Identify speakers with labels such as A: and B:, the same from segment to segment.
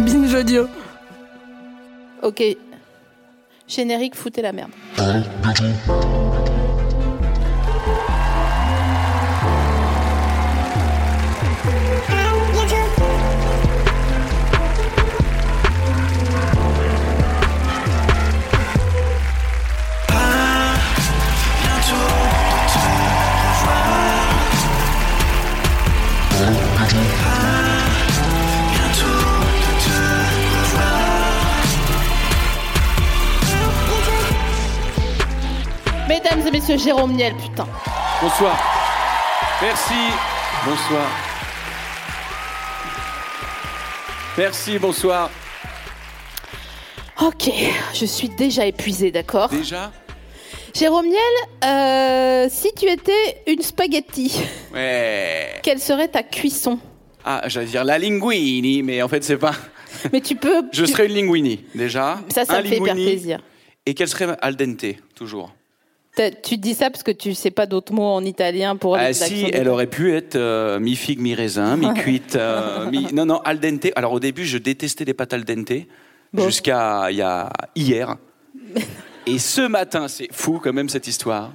A: Binge audio.
B: Ok. Générique, foutez la merde. Mesdames et messieurs, Jérôme Niel, putain.
C: Bonsoir. Merci. Bonsoir. Merci, bonsoir.
B: Ok, je suis déjà épuisée, d'accord
C: Déjà
B: Jérôme Niel, euh, si tu étais une spaghetti,
C: Ouais.
B: quelle serait ta cuisson
C: Ah, j'allais dire la linguini, mais en fait, c'est pas.
B: Mais tu peux...
C: Je
B: tu-
C: serais une linguini, déjà.
B: Ça, ça
C: Un
B: me fait hyper
C: linguini.
B: plaisir.
C: Et qu'elle serait al dente, toujours.
B: T'as- Tu dis ça parce que tu sais pas d'autres mots en italien pour...
C: Ah,
B: les
C: si,
B: actions de-
C: elle aurait pu être euh, mi-figue, mi-raisin, mi-cuite. euh, mi- Non, non, al dente. Alors, au début, je détestais les pâtes al dente,
B: Bon.
C: jusqu'à il y a... hier. Et ce matin, c'est fou quand même cette histoire.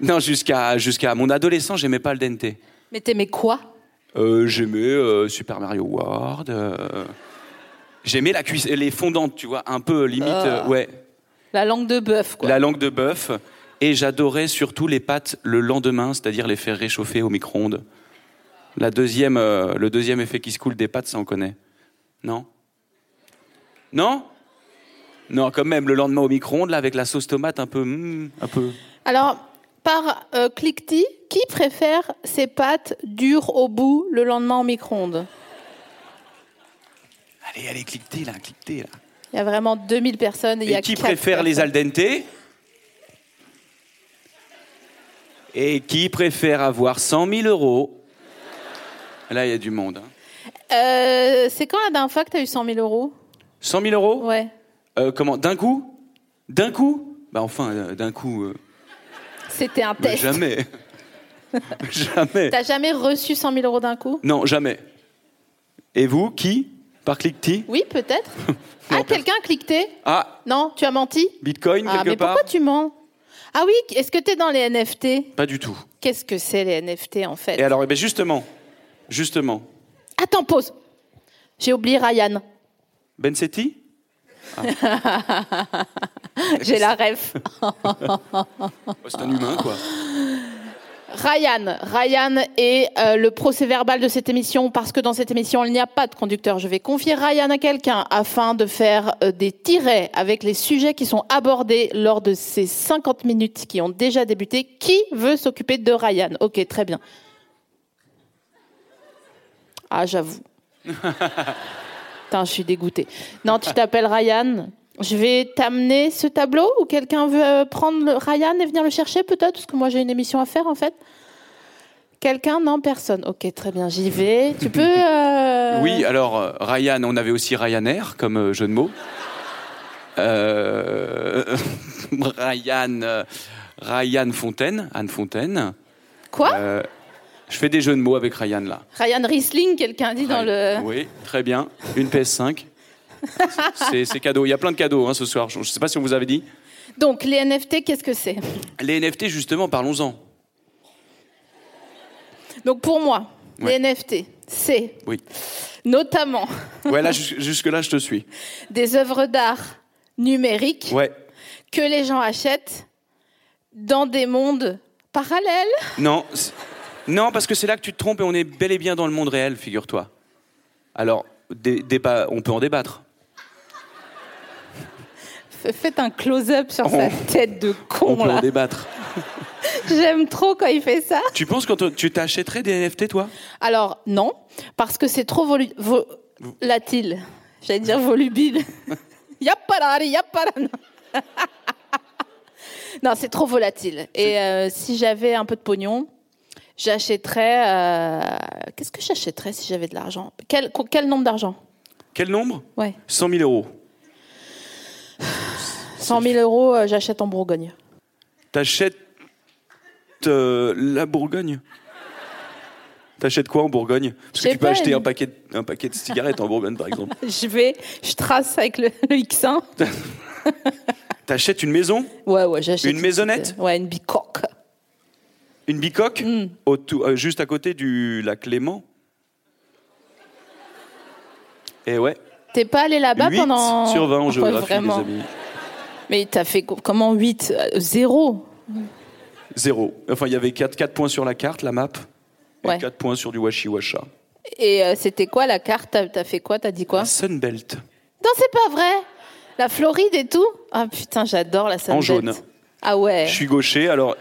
C: Non, jusqu'à jusqu'à mon adolescent, j'aimais pas al dente.
B: Mais t'aimais quoi
C: Euh, j'aimais euh, Super Mario World. euh, J'aimais la cuisse, les fondantes, tu vois, un peu limite,
B: Ah.
C: euh, ouais,
B: La langue de bœuf, quoi.
C: la langue de bœuf. Et j'adorais surtout les pâtes le lendemain, c'est-à-dire les faire réchauffer au micro-ondes. La deuxième, euh, le deuxième effet qui se coule des pâtes, ça on connaît. Non Non Non, quand même, le lendemain au micro-ondes, là, avec la sauce tomate, un peu, hmm, un peu.
B: Alors, par euh, cliquetis, qui préfère ses pâtes dures au bout le lendemain au micro-ondes
C: Allez, allez, cliquez là, cliquez là.
B: Il y a vraiment 2000 personnes. Et, il y
C: Et
B: a
C: qui
B: quatre
C: préfère les al
B: personnes.
C: dente Et qui préfère avoir 100 000 euros Là, il y a du monde. hein.
B: Euh, C'est quand la dernière fois que tu as eu 100 000 euros
C: 100 000 euros
B: Ouais.
C: Euh, Comment D'un coup D'un coup Bah enfin, euh, d'un coup, euh,
B: C'était un
C: mais
B: test.
C: jamais. jamais.
B: T'as jamais reçu 100 000 euros d'un coup
C: Non, jamais. Et vous, qui Par cliquetis
B: Oui, peut-être.
C: Non,
B: ah, quelqu'un cliqueté
C: Ah,
B: Non, tu as menti
C: Bitcoin
B: Ah,
C: quelque
B: mais
C: part
B: pourquoi tu mens Ah oui, est-ce que tu es dans les NFT
C: Pas du tout.
B: Qu'est-ce que c'est les NFT en fait
C: Et alors, eh ben, justement, justement,
B: Attends, pause. J'ai oublié Ryan.
C: Ben Setti
B: J'ai la ref.
C: Oh, C'est un humain, quoi.
B: Ryan, Ryan est euh, le procès-verbal de cette émission parce que dans cette émission il n'y a pas de conducteur. Je vais confier Ryan à quelqu'un afin de faire euh, des tirets avec les sujets qui sont abordés lors de ces 50 minutes qui ont déjà débuté. Qui veut s'occuper de Ryan Ok, très bien. Ah, j'avoue. Putain, je suis dégoûtée. Non, tu t'appelles Ryan. Je vais t'amener ce tableau ou quelqu'un veut euh, prendre le- Ryan et venir le chercher peut-être parce que moi j'ai une émission à faire en fait. Quelqu'un Non, personne. Ok, très bien, j'y vais. Tu peux euh,
C: Oui, alors euh, Ryan, on avait aussi Ryanair comme euh, jeu de mots. Euh, Ryan, euh, Ryan Fontaine, Anne Fontaine.
B: Quoi
C: Euh, je fais des jeux de mots avec Ryan là.
B: Ryan Riesling, quelqu'un dit dans le.
C: Oui, très bien. Une PS5. C'est c'est cadeau. Il y a plein de cadeaux hein, ce soir. Je ne sais pas si on vous avait dit.
B: Donc les NFT, qu'est-ce que c'est
C: Les NFT, justement, parlons-en.
B: Donc pour moi,
C: Ouais.
B: les NFT, c'est
C: Oui.
B: notamment
C: Ouais, là, jus- jusque-là, je te suis.
B: des œuvres d'art numériques
C: Ouais.
B: que les gens achètent dans des mondes parallèles.
C: Non, c'est- non, parce que c'est là que tu te trompes et on est bel et bien dans le monde réel, figure-toi. Alors, dé- débat- on peut en débattre.
B: F- Faites un close-up sur
C: Oh.
B: sa tête de
C: On
B: con
C: peut en
B: là.
C: débattre.
A: J'aime trop quand il fait ça.
C: Tu penses que tu t'achèterais des NFT, toi
B: Alors, non, parce que c'est trop volu- volatile. J'allais dire volubile. Yapparari, yappara. Non, non c'est trop volatile. Et euh, si j'avais un peu de pognon, j'achèterais. euh, Qu'est-ce que j'achèterais si j'avais de l'argent quel, quel nombre d'argent
C: Quel nombre
B: Ouais.
C: 100 000 euros.
B: 100 000 euros, euh, j'achète en Bourgogne.
C: T'achètes euh, la Bourgogne T'achètes quoi en Bourgogne
B: Je
C: Parce que
B: sais
C: tu peux
B: pas,
C: acheter
B: une-
C: un paquet, de, un paquet de cigarettes en Bourgogne, par exemple.
B: Je vais, je trace avec le, le X1.
C: T'achètes une maison
B: Ouais, ouais, j'achète.
C: Une maisonnette
B: Ouais, une bicoque.
C: Une bicoque
B: Mm.
C: autour- euh, Juste à côté du lac Léman Et Eh ouais,
B: T'es pas allé là-bas
C: 8
B: pendant.
C: sur 20 en
B: Ouais,
C: géographie,
B: vraiment.
C: les amis.
B: Mais t'as fait co- comment 8 Zéro
C: Zéro. Enfin, il y avait 4, points sur la carte, la map, et
B: Ouais.
C: 4 points sur du Washiwasha.
B: Et euh, c'était quoi la carte T'as- T'as fait quoi T'as dit quoi
C: La Sunbelt,
B: Non, c'est pas vrai La Floride et tout Ah putain, j'adore la Sunbelt.
C: jaune.
B: Ah ouais
C: Je suis gaucher, alors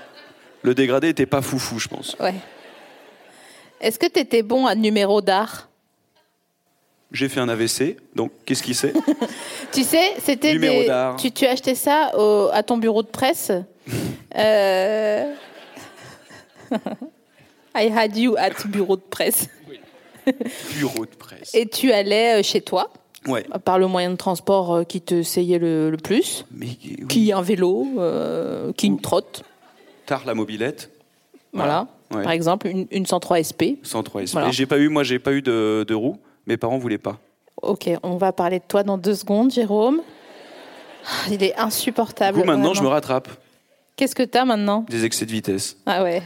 C: le dégradé était pas foufou, je pense.
B: Ouais. Est-ce que t'étais bon à numéro d'art
C: J'ai fait un AVC, donc qu'est-ce qui c'est
B: Tu sais, c'était
C: Numéro
B: des...
C: d'art.
B: Tu, tu achetais ça au- à ton bureau de presse Euh, I had you at bureau de presse.
C: Bureau de presse.
B: Et tu allais euh, chez toi
C: Ouais.
B: par le moyen de transport euh, qui te seyait le, le plus,
C: Mais oui,
B: qui un vélo, euh, qui une trotte,
C: tard la mobilette,
B: voilà.
C: Ah, Ouais.
B: Par exemple, une, une 103 SP.
C: 103 SP.
B: Voilà.
C: Et J'ai pas eu, moi, j'ai pas eu de, de roue. Mes parents voulaient pas.
B: Ok, on va parler de toi dans deux secondes, Jérôme. Ah, Il est
C: Du
B: insupportable.
C: coup, maintenant,
B: vraiment.
C: je me rattrape.
B: Qu'est-ce que t'as maintenant
C: Des excès de vitesse.
B: Ah ouais.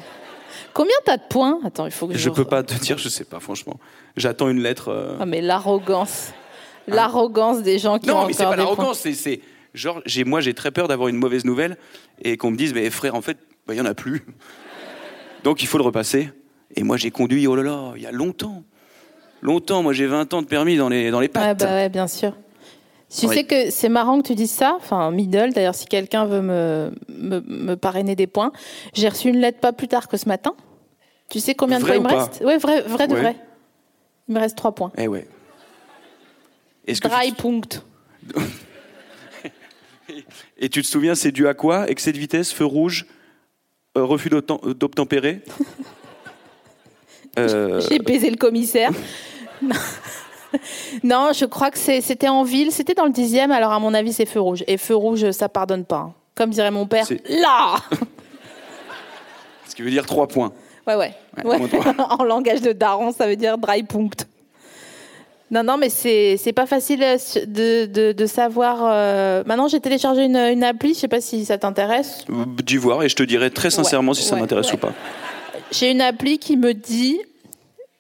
B: Combien t'as de points Attends, il faut que je.
C: Je peux pas te dire, je sais pas, franchement. J'attends une lettre. euh,
B: Ah mais l'arrogance, l'arrogance des gens qui ont
C: Ah. Non, mais c'est
B: encore
C: pas
B: des
C: l'arrogance, c'est- c'est genre j'ai moi j'ai très peur d'avoir une mauvaise nouvelle et qu'on me dise mais frère en fait bah, il y en a plus. Donc il faut le repasser et moi j'ai conduit oh là là, il y a longtemps. Longtemps, moi j'ai 20 ans de permis dans les dans les
B: points. Ouais,
C: pattes.
B: bah ouais, bien sûr. Tu
C: Oui.
B: sais que c'est marrant que tu dises ça. Enfin, middle. D'ailleurs, si quelqu'un veut me, me, me parrainer des points, j'ai reçu une lettre pas plus tard que ce matin. Tu sais combien de
C: Vrai
B: points
C: ou
B: il me
C: pas
B: reste Ouais, vrai, vrai de
C: Ouais.
B: vrai. Il me reste trois points.
C: Eh ouais. Est-ce que tu
B: Dry
C: te-
B: punct.
C: et tu te souviens c'est dû à quoi Excès de vitesse, feu rouge, euh, refus d'autem- euh, d'obtempérer. Euh,
B: J'ai baisé le commissaire. Non. non, je crois que c'est- c'était en ville, c'était dans le dixième. Alors à mon avis, c'est feu rouge. Et feu rouge, ça pardonne pas. hein. Comme dirait mon père,
C: C'est-
B: là.
C: ce qui veut dire 3 points.
B: Ouais, ouais.
C: Ouais,
B: Ouais.
C: moins trois.
B: en langage de daron, ça veut dire dry punct. Non, non, mais c'est c'est pas facile euh, de, de- de savoir. euh, Maintenant, j'ai téléchargé une, une appli, je sais pas si ça t'intéresse.
C: D'y voir et je te dirai très sincèrement si ça
B: ouais,
C: m'intéresse
B: ouais.
C: ou pas.
B: J'ai une appli qui me dit,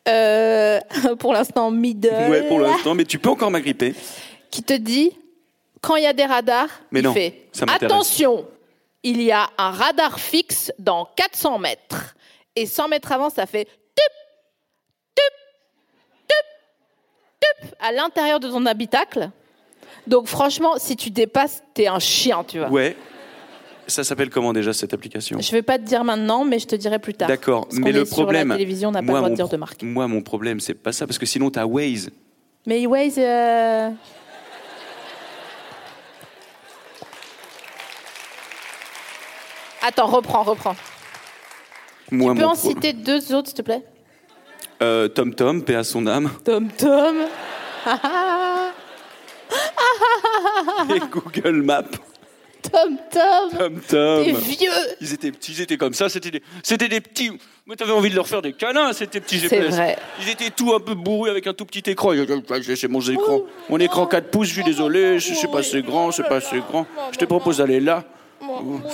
B: euh, pour l'instant middle,
C: Ouais,
B: Euh,
C: pour l'instant, mais tu peux encore m'agripper.
B: qui te dit quand il y a des radars,
C: Mais
B: il
C: non,
B: fait
C: ça m'intéresse.
B: attention, il y a un radar fixe dans 400 mètres et 100 mètres avant, ça fait tup, tup, tup, tup à l'intérieur de ton habitacle. Donc franchement, si tu dépasses, t'es un chien, tu vois.
C: Ouais. Ça s'appelle comment déjà cette application
B: Je vais pas te dire maintenant, mais je te dirai plus tard.
C: D'accord,
B: Parce
C: mais
B: qu'on
C: le
B: est sur
C: problème.
B: la télévision, on n'a pas
C: moi,
B: le droit de
C: mon
B: dire de
C: pro-
B: marque.
C: Moi, mon problème, c'est pas ça, parce que sinon, t'as Waze.
B: Mais Waze, euh, Attends, reprends, reprends.
C: Moi,
B: Tu peux
C: mon
B: en
C: pro-
B: citer deux autres, s'il te plaît
C: Euh, Tom Tom, paix à son âme,
B: Tom Tom.
C: et Google Maps.
B: Tom Tom.
C: Tom Tom.
B: T'es vieux.
C: Ils étaient petits, ils étaient comme ça, c'était des, c'était des petits. Mais t'avais envie de leur faire des câlins, c'était petits
B: C'est
C: GPS.
B: vrai.
C: Ils étaient tout un peu bourrés avec un tout petit écran. Ils disaient, C'est mon
B: Oh,
C: écran. Mon écran 4 pouces, je suis désolé, c'est c'est pas assez grand,
B: oh,
C: c'est pas assez grand. Je te propose d'aller là.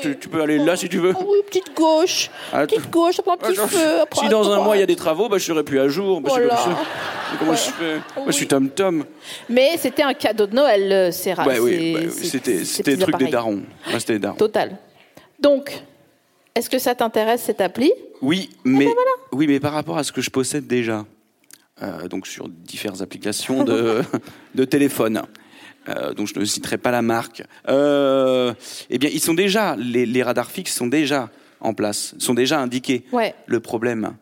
C: Tu tu peux aller là si tu veux.
B: Oh oui, petite gauche.
C: Attends.
B: Petite gauche, après un petit
C: Attends,
B: feu. euh, après
C: Ah,
B: Oh
C: si
B: à
C: dans un
B: droite.
C: mois il y a des travaux, bah, je serai plus à jour. Bah, je sais
B: Voilà.
C: pas, je sais- Comment je fais Moi, je suis Tom Tom.
B: Mais c'était un cadeau de Noël, euh, ces ra-
C: Ouais,
B: ces-
C: oui, bah,
B: ces-
C: c'était
B: ces
C: c'était le
B: petits
C: truc des
B: appareils.
C: darons. Ouais, c'était des darons.
B: Total. Donc, est-ce que ça t'intéresse cette appli
C: Oui, mais
B: Eh ben
C: oui, mais par rapport à ce que je possède déjà, euh, donc sur diverses applications de, de téléphone. euh, donc je ne citerai pas la marque. Euh, eh bien, ils sont déjà les, les radars fixes sont déjà en place, sont déjà indiqués.
B: Ouais.
C: Le problème,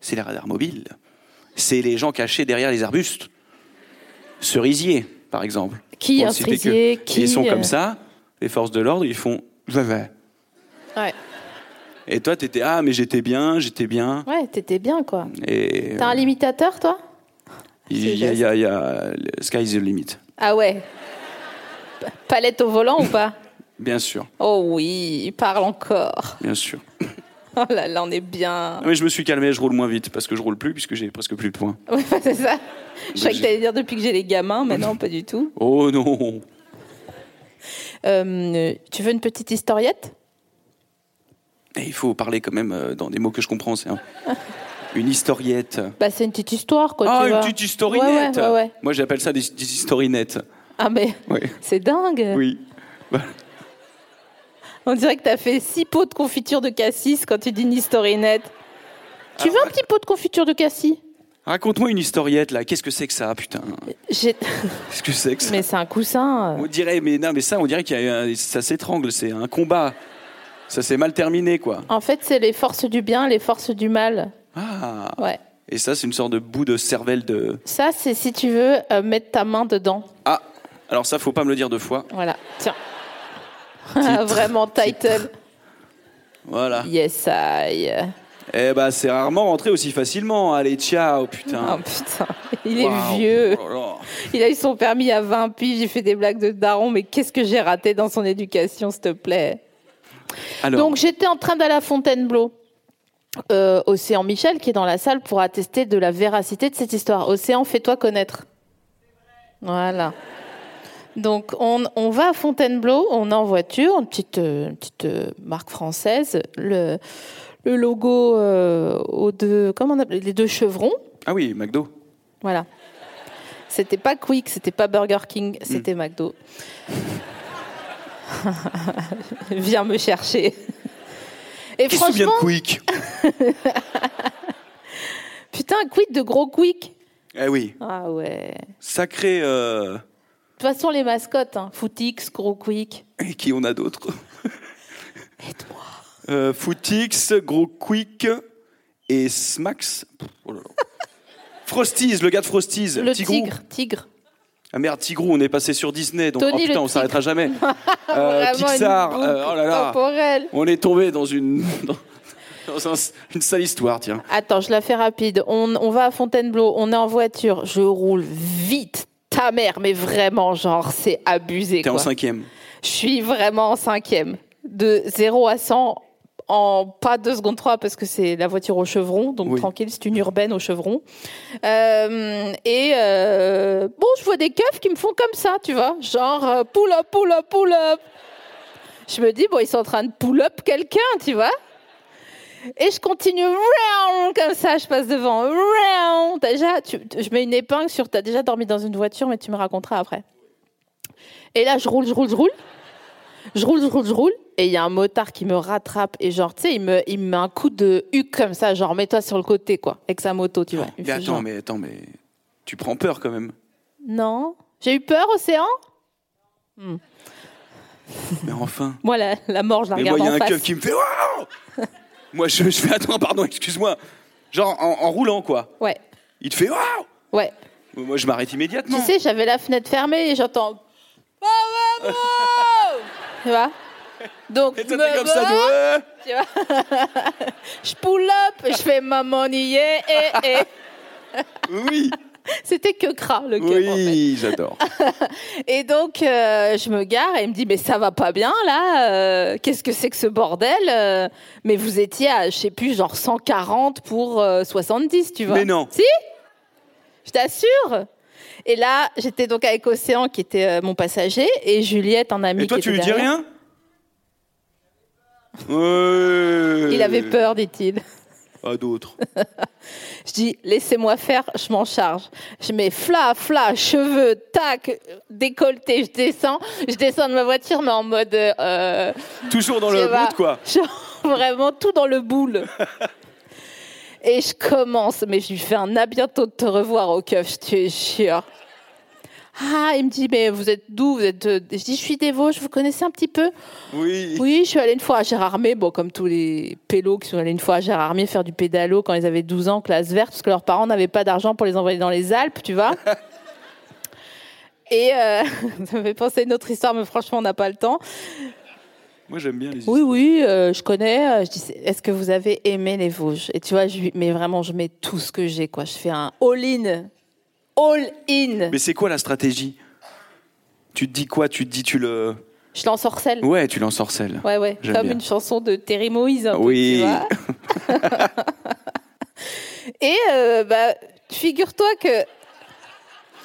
C: c'est les radars mobiles. C'est les gens cachés derrière les arbustes. Cerisier, par exemple.
B: Qui
C: Pour ne
B: un
C: citer que-
B: cerisier, qui,
C: Ils sont
B: euh,
C: comme ça, les forces de l'ordre, ils font... Va, va.
B: Ouais,
C: Et toi, t'étais... Ah, mais j'étais bien, j'étais bien.
B: ouais t'étais bien, quoi.
C: Et
B: T'as un limitateur, toi
C: il y a, il y a- il y a- le Sky is the limit,
B: Ah ouais. Pa- Palette au volant ou pas
C: bien sûr,
B: Oh oui, il parle encore.
C: bien sûr.
B: Oh là là, on est bien.
C: Ah, Mais je me suis calmé, je roule moins vite parce que je roule plus puisque j'ai presque plus de points.
B: Ouais, bah, c'est ça. Je croyais que
C: j'ai-
B: t'allais dire depuis que j'ai les gamins, mais non, pas du tout.
C: Oh non
B: Euh, tu veux une petite historiette
C: Et il faut parler quand même euh, dans des mots que je comprends. C'est un- une historiette.
B: Bah, c'est une petite histoire, quoi.
C: Ah,
B: tu
C: une
B: vois.
C: petite historinette
B: Ouais, ouais, ouais, ouais.
C: Moi, j'appelle ça des, des historinettes.
B: Ah, mais
C: Oui.
B: c'est dingue.
C: oui. Bah,
B: On dirait que t'as fait six pots de confiture de cassis quand tu dis une historinette.
C: Ah
B: Tu veux un petit pot de confiture de cassis
C: Raconte-moi une historiette, là. Qu'est-ce que c'est que ça, putain
B: J'ai-
C: Qu'est-ce que c'est que ça
B: Mais c'est un coussin. euh.
C: On dirait, mais non, mais ça, on dirait qu'il y a un- ça s'étrangle, c'est un combat. Ça s'est mal terminé, quoi.
B: En fait, c'est les forces du bien, les forces du mal.
C: Ah
B: Ouais.
C: Et ça, c'est une sorte de bout de cervelle de...
B: Ça, c'est si tu veux euh, mettre ta main dedans.
C: Ah Alors ça, faut pas me le dire deux fois.
B: Voilà, tiens. Ah, Vraiment, title.
C: Voilà.
B: Yes, I. euh.
C: Eh ben, c'est rarement rentré aussi facilement. Allez, ciao,
B: Oh
C: putain.
B: putain, il est
C: Waouh.
B: vieux.
C: Oh là là.
B: Il a eu son permis à 20 piges, il fait des blagues de daron, mais qu'est-ce que j'ai raté dans son éducation, s'il te plaît.
C: Alors,
B: Donc j'étais en train d'aller à Fontainebleau. Euh, Océan Michel qui est dans la salle pour attester de la véracité de cette histoire. Océan, fais-toi connaître. Voilà. Donc on, on va à Fontainebleau, on est en voiture, une petite, euh, une petite euh, marque française, le, le logo euh, aux deux, comment on appelle, les deux chevrons.
C: ah oui, McDo.
B: Voilà. C'était pas Quick, c'était pas Burger
C: Mm.
B: King, c'était McDo. Viens me chercher. Et
C: Qui se souvient
B: franchement,
C: de Quick
B: putain, quid de gros Quick
C: Eh oui,
B: Ah ouais. De
C: sacré... euh,
B: toute façon, les mascottes, hein. Footix, gros Quick.
C: Et qui on a d'autres Euh, Footix, Gros Quick et Smax. Pff, oh là là. Frosties, le gars de Frosties.
B: Le
C: Tigrou.
B: tigre, tigre.
C: Ah merde, Tigrou, on est passé sur Disney, donc
B: Tony
C: oh
B: le
C: putain, on
B: tigre.
C: s'arrêtera jamais. Euh,
B: Vraiment une
C: Pixar,
B: boucle
C: euh, oh là là.
B: temporelle.
C: On est tombé dans une dans, dans un- une sale histoire, tiens.
B: Attends, je la fais rapide. On, on va à Fontainebleau, on est en voiture, je roule vite. Ta mère, mais vraiment, genre, c'est abusé.
C: T'es en
B: quoi.
C: cinquième.
B: Je suis vraiment en cinquième. De 0 à 100 en pas 2 secondes 3 parce que c'est la voiture au chevron. Donc
C: Oui.
B: tranquille, c'est une urbaine au chevron. Euh, et euh, bon, je vois des keufs qui me font comme ça, tu vois. Genre euh, pull up, pull up, pull up. Je me dis, bon, ils sont en train de pull up quelqu'un, tu vois. Et je continue round, comme ça, je passe devant. round. Déjà, tu- je mets une épingle sur. T'as déjà dormi dans une voiture, mais tu me raconteras après. Et là, je roule, je roule, je roule. Je roule, je roule, je roule. Et il y a un motard qui me rattrape. Et genre, tu sais, il me, il me met un coup de huc comme ça. Genre, mets-toi sur le côté, quoi. Avec sa moto, tu vois. Il me
C: mais
B: fait
C: attends,
B: genre,
C: mais attends, mais tu prends peur quand même.
B: Non. J'ai eu peur, Océan
C: Mais enfin.
B: Moi, la, la mort, je la
C: Mais moi,
B: regarde
C: il y a
B: en
C: un
B: face.
C: keuf qui me fait. Waouh moi, je, je fais attends, pardon, excuse-moi. Genre en, en roulant quoi.
B: Ouais,
C: Il te fait waouh.
B: ouais.
C: Moi, je m'arrête immédiatement.
B: Tu sais, j'avais la fenêtre fermée et j'entends... Maman Tu vois Donc,
C: Et toi, t'es comme ça,
B: maman,
C: toi, euh, ouais.
B: tu vois Je pull up, je fais maman y est, et, et.
C: Oui,
B: C'était que cra, le keuf, en fait.
C: oui, j'adore.
B: Et donc, euh, je me gare et il me dit, mais ça va pas bien là euh, Qu'est-ce que c'est que ce bordel Euh, Mais vous étiez à, je sais plus, genre 140 pour euh, 70, tu vois.
C: Mais non.
B: Si Je t'assure et là, j'étais donc avec Océan, qui était euh, mon passager, et Juliette, un ami.
C: Et toi,
B: qui
C: tu lui
B: était
C: dis
B: derrière.
C: rien Ouais.
B: Il avait peur, dit-il.
C: À d'autres.
B: Je dis, laissez-moi faire, je m'en charge. Je mets fla, fla, cheveux, tac, décolleté, je descends. Je descends de ma voiture, mais en mode... euh,
C: Toujours dans
B: Tu
C: le
B: vois,
C: bout, quoi.
B: Genre vraiment tout dans le boule. Et je commence, mais je lui fais un à bientôt de te revoir au keuf, je te jure. Ah, il me dit, mais vous êtes d'où Vous êtes de- Je dis, je suis des Vosges, vous connaissez un petit peu
C: Oui.
B: Oui, je suis allée une fois à Gérardmer, bon, comme tous les pélos qui sont allés une fois à Gérardmer faire du pédalo quand ils avaient 12 ans, classe verte, parce que leurs parents n'avaient pas d'argent pour les envoyer dans les Alpes, tu vois. Et euh, ça me fait penser à une autre histoire, mais franchement, on n'a pas le temps.
C: Moi, j'aime bien les
B: Oui, oui, euh, je connais. euh, Je dis, c'est- est-ce que vous avez aimé les Vosges Et tu vois, je, lui- mais vraiment, je mets tout ce que j'ai, quoi. Je fais un all-in. All-in.
C: Mais c'est quoi la stratégie Tu te dis quoi Tu te dis, tu le.
B: Je l'ensorcelle.
C: Ouais, tu l'ensorcelles.
B: Ouais, ouais,
C: J'aime
B: comme
C: bien.
B: une chanson de Terry Moïse. un peu,
C: Oui.
B: tu vois. Et euh, bah, figure-toi que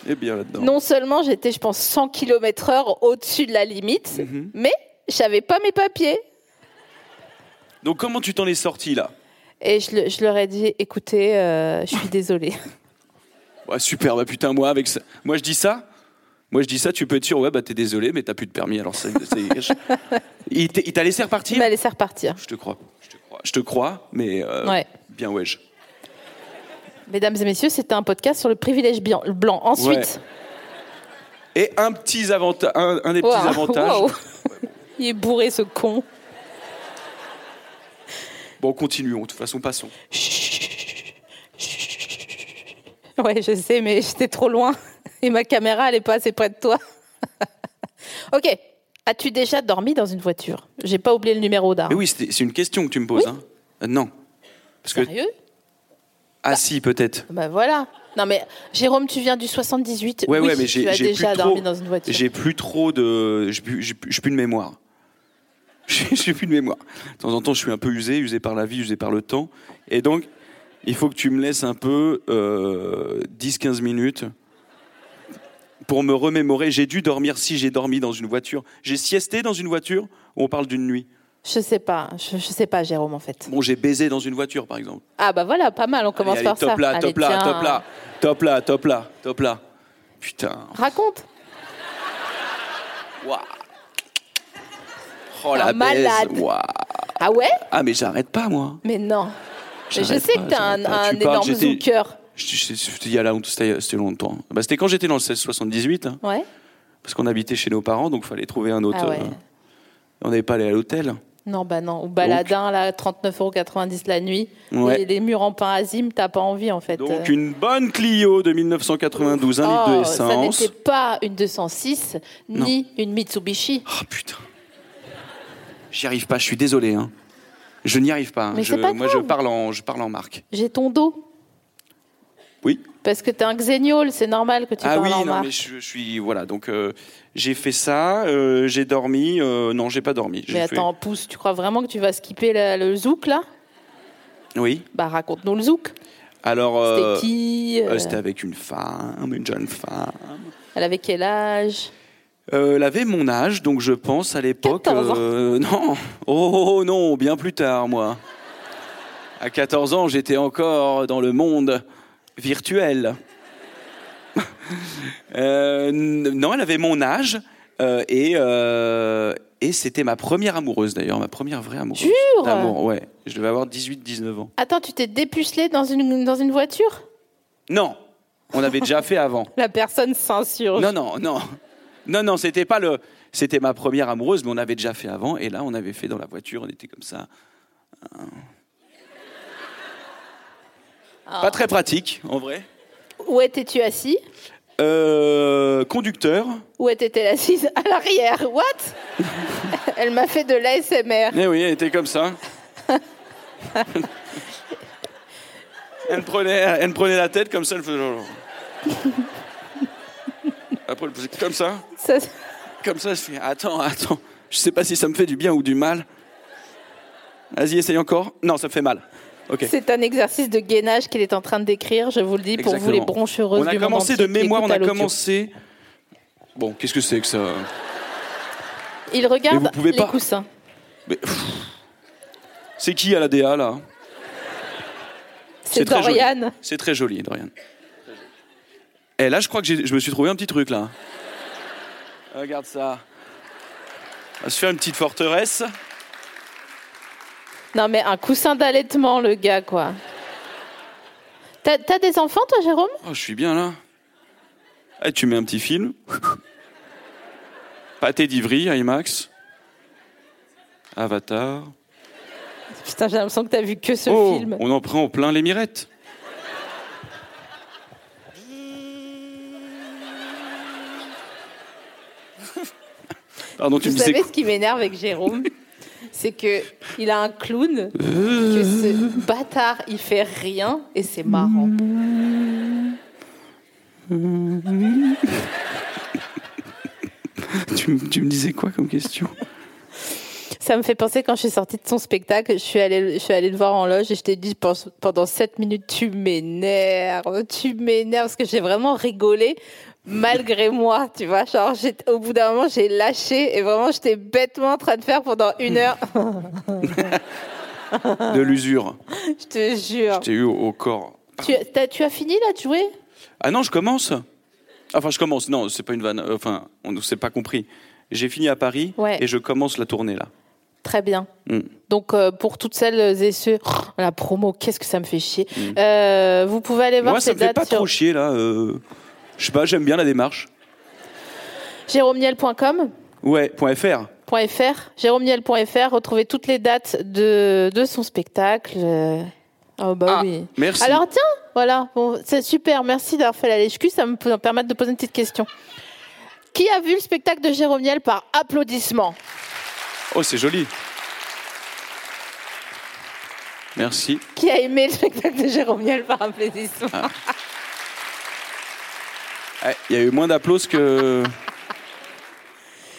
C: Eh bien là-dedans.
B: non seulement j'étais, je pense, 100 km/h au-dessus de la limite,
C: Mhm.
B: mais j'avais pas mes papiers.
C: Donc, comment tu t'en es sorti là
B: Et je, le- je leur ai dit, écoutez, euh, je suis désolée.
C: Ouais, Super, bah putain, moi, avec ça. Moi, je dis ça Moi, je dis ça, tu peux être sûr, ouais, bah t'es désolé, mais t'as plus de permis, alors c'est. c'est- il t'a il t'a laissé
B: Il
C: repartir
B: m'a laissé repartir.
C: Je te crois. Je te crois, je te crois mais. euh,
B: Ouais.
C: Bien, wesh.
B: Mesdames et messieurs, c'était un podcast sur le privilège bian- blanc. Ensuite,
C: Et un, petit avanta- un, un des petits
B: Waouh,
C: avantages.
B: waouh. il est bourré ce con.
C: Bon, continuons, de toute façon, passons.
B: Ouais, je sais, mais j'étais trop loin. Et ma caméra, elle est pas assez près de toi. ok. As-tu déjà dormi dans une voiture J'ai pas oublié le numéro d'art.
C: Mais oui, c'était- c'est une question que tu me poses, hein Euh, Non. Parce que.
B: Sérieux
C: Ah, si, peut-être.
B: Bah voilà. Non mais Jérôme, tu viens du 78.
C: Ouais,
B: Oui,
C: ouais, mais
B: tu
C: j'ai
B: as
C: j'ai
B: déjà
C: plus
B: dormi
C: trop-
B: dans une voiture.
C: J'ai plus trop de. J'ai plus, j'ai plus j'ai plus de mémoire. J'ai j'ai plus de mémoire. De temps en temps, je suis un peu usé, usé par la vie, usé par le temps. Et donc, il faut que tu me laisses un peu euh, 10-15 minutes pour me remémorer. J'ai dû dormir si j'ai dormi dans une voiture. J'ai siesté dans une voiture où on parle d'une nuit.
B: Je sais pas. Je, je sais pas, Jérôme, en fait.
C: Bon, j'ai baisé dans une voiture, par exemple.
B: Ah bah voilà, pas mal. On commence
C: Allez,
B: par
C: allez, top
B: ça.
C: là,
B: Allez,
C: top là,
B: tiens.
C: top là, top là, top là, top là. Putain.
B: Raconte.
C: Waouh. Oh la
B: Un malade.
C: baise. Waouh.
B: Ah ouais
C: Ah mais j'arrête pas moi.
B: Mais non. Mais je
C: J'arrête
B: sais
C: pas,
B: que t'as un,
C: j'arrête pas.
B: un
C: Tu parles,
B: énorme
C: j'étais-
B: zooker.
C: Je- je- je- Il y a là, c'était c'était longtemps. Bah, c'était quand j'étais dans le 1678, hein,
B: Ouais.
C: parce qu'on habitait chez nos parents, donc fallait trouver un autre.
B: Ah ouais.
C: euh, on n'avait pas allé à l'hôtel.
B: Non, bah non. Ou baladin, là, 39,90€ la nuit.
C: Ouais.
B: Et les murs en pain azim, t'as pas envie, en fait.
C: Donc
B: Euh,
C: une bonne Clio de 1992, un litre
B: oh,
C: de
B: ça
C: essence.
B: n'était pas une 206, ni une Mitsubishi.
C: Ah putain. J'y arrive pas, je suis désolé. hein. Je n'y arrive pas. hein.
B: Mais
C: je,
B: c'est pas
C: moi, je
B: grave.
C: parle en, je parle en marque.
B: J'ai ton dos.
C: Oui.
B: Parce que t'es un xéniol, c'est normal que tu
C: ah
B: parles
C: oui,
B: en
C: non,
B: marque.
C: mais je, je suis voilà. Donc euh, j'ai fait ça, euh, j'ai dormi. euh, non, j'ai pas dormi. J'ai
B: Mais
C: fait-
B: attends, pousse, tu crois vraiment que tu vas skipper la- le zouk, là
C: Oui.
B: Bah, raconte-nous le zouk.
C: Alors. euh,
B: C'était qui
C: euh,
B: Euh,
C: C'était avec une femme, une jeune femme.
B: Elle avait quel âge
C: Euh, elle avait mon âge, donc je pense à l'époque.
B: 14 ans.
C: euh, non, oh, oh, oh, non, bien plus tard, moi. À 14 ans, j'étais encore dans le monde virtuel. Euh, n- non, elle avait mon âge euh, et, euh, et c'était ma première amoureuse d'ailleurs, ma première vraie amoureuse.
B: Jure
C: D'amour, ouais. Je devais avoir 18-19 ans.
B: Attends, tu t'es dépucelé dans une, dans une voiture
C: Non, on avait déjà fait avant.
B: La personne s'insurge.
C: Non, non, non. Non, non, c'était pas le. C'était ma première amoureuse, mais on avait déjà fait avant. Et là, on avait fait dans la voiture, on était comme ça. Euh. Pas très pratique, en vrai.
B: Où étais-tu assis
C: Euh, conducteur.
B: Où était-elle assise À l'arrière. What Elle m'a fait de l'ASMR.
C: Eh oui, elle était comme ça. elle, me prenait, elle me prenait la tête comme ça, elle faisait genre. Après, elle faisait comme ça.
B: Ça,
C: Comme ça, je fais attends, attends. Je sais pas si ça me fait du bien ou du mal. Vas-y, essaye encore. Non, ça me fait mal. Ok.
B: c'est un exercice de gainage qu'il est en train de décrire, je vous le dis, pour vous les
C: Exactement.
B: bronches heureuses
C: On a
B: du monde
C: commencé de
B: entier qui
C: mémoire, on
B: écoutent à
C: a
B: l'audio.
C: commencé. Bon, qu'est-ce que c'est que ça
B: Il
C: Mais vous
B: regarde
C: pouvez
B: les
C: pas.
B: coussins.
C: Mais, pff. C'est qui à la DA là
B: C'est
C: très joli.
B: Dorian.
C: C'est très joli, Dorian. Et là, je crois que j'ai- je me suis trouvé un petit truc là. Regarde ça. On va se faire une petite forteresse.
B: Non, mais un coussin d'allaitement, le gars, quoi. T'as t'as des enfants, toi, Jérôme
C: Oh, je suis bien là. Eh, tu mets un petit film. Pâté d'Ivry, IMAX. Avatar.
A: Putain, j'ai l'impression que t'as vu que ce
C: oh,
A: film.
C: on en prend en plein les mirettes. Pardon, tu
A: Vous
C: me disais
A: savez
C: quoi
A: ce qui m'énerve avec Jérôme C'est que il a un clown, que
C: Euh.
A: ce bâtard, il fait rien et c'est marrant.
C: tu, me- tu me disais quoi comme question
A: Ça me fait penser quand je suis sortie de son spectacle, je suis allée, je suis allée le voir en loge et je t'ai dit pen- pendant 7 minutes, tu m'énerves, tu m'énerves, parce que j'ai vraiment rigolé malgré moi, tu vois. Genre, j'ai- au bout d'un moment, j'ai lâché et vraiment, j'étais bêtement en train de faire pendant
C: Mm.
A: une heure, Ah.
C: De l'usure.
A: je te jure.
C: J'ai eu au, au corps.
B: Tu, t'as- tu as fini là de jouer
C: Ah non, je commence Enfin, je commence. Non, c'est pas une vanne. Euh, Enfin, on ne s'est pas compris. J'ai fini à Paris
B: Ouais.
C: et je commence la tournée là.
B: Très bien.
C: Mm.
B: Donc euh, pour toutes celles et ceux,
A: oh,
B: la promo, qu'est-ce que ça me fait chier. Euh, vous pouvez aller voir
C: Mm. Moi, ça
B: ces
C: me fait
B: dates
C: pas
B: sur
C: trop chier là. euh, Je sais pas, j'aime bien la démarche.
B: jérômeniel.com.
C: Ouais, point .fr.
B: .fr, jérômeniel.fr, retrouvez toutes les dates de, de son spectacle. Euh, Oh bah
C: Ah,
B: oui.
C: Merci.
B: Alors tiens, voilà, bon, c'est super, merci d'avoir fait la lèche cul, ça me peut- permet de poser une petite question. Qui a vu le spectacle de Jérôme Niel par applaudissement
C: Oh, c'est joli. Merci.
B: Qui a aimé le spectacle de Jérôme Niel par applaudissement
C: Eh, Il y a eu moins d'applaudissements que.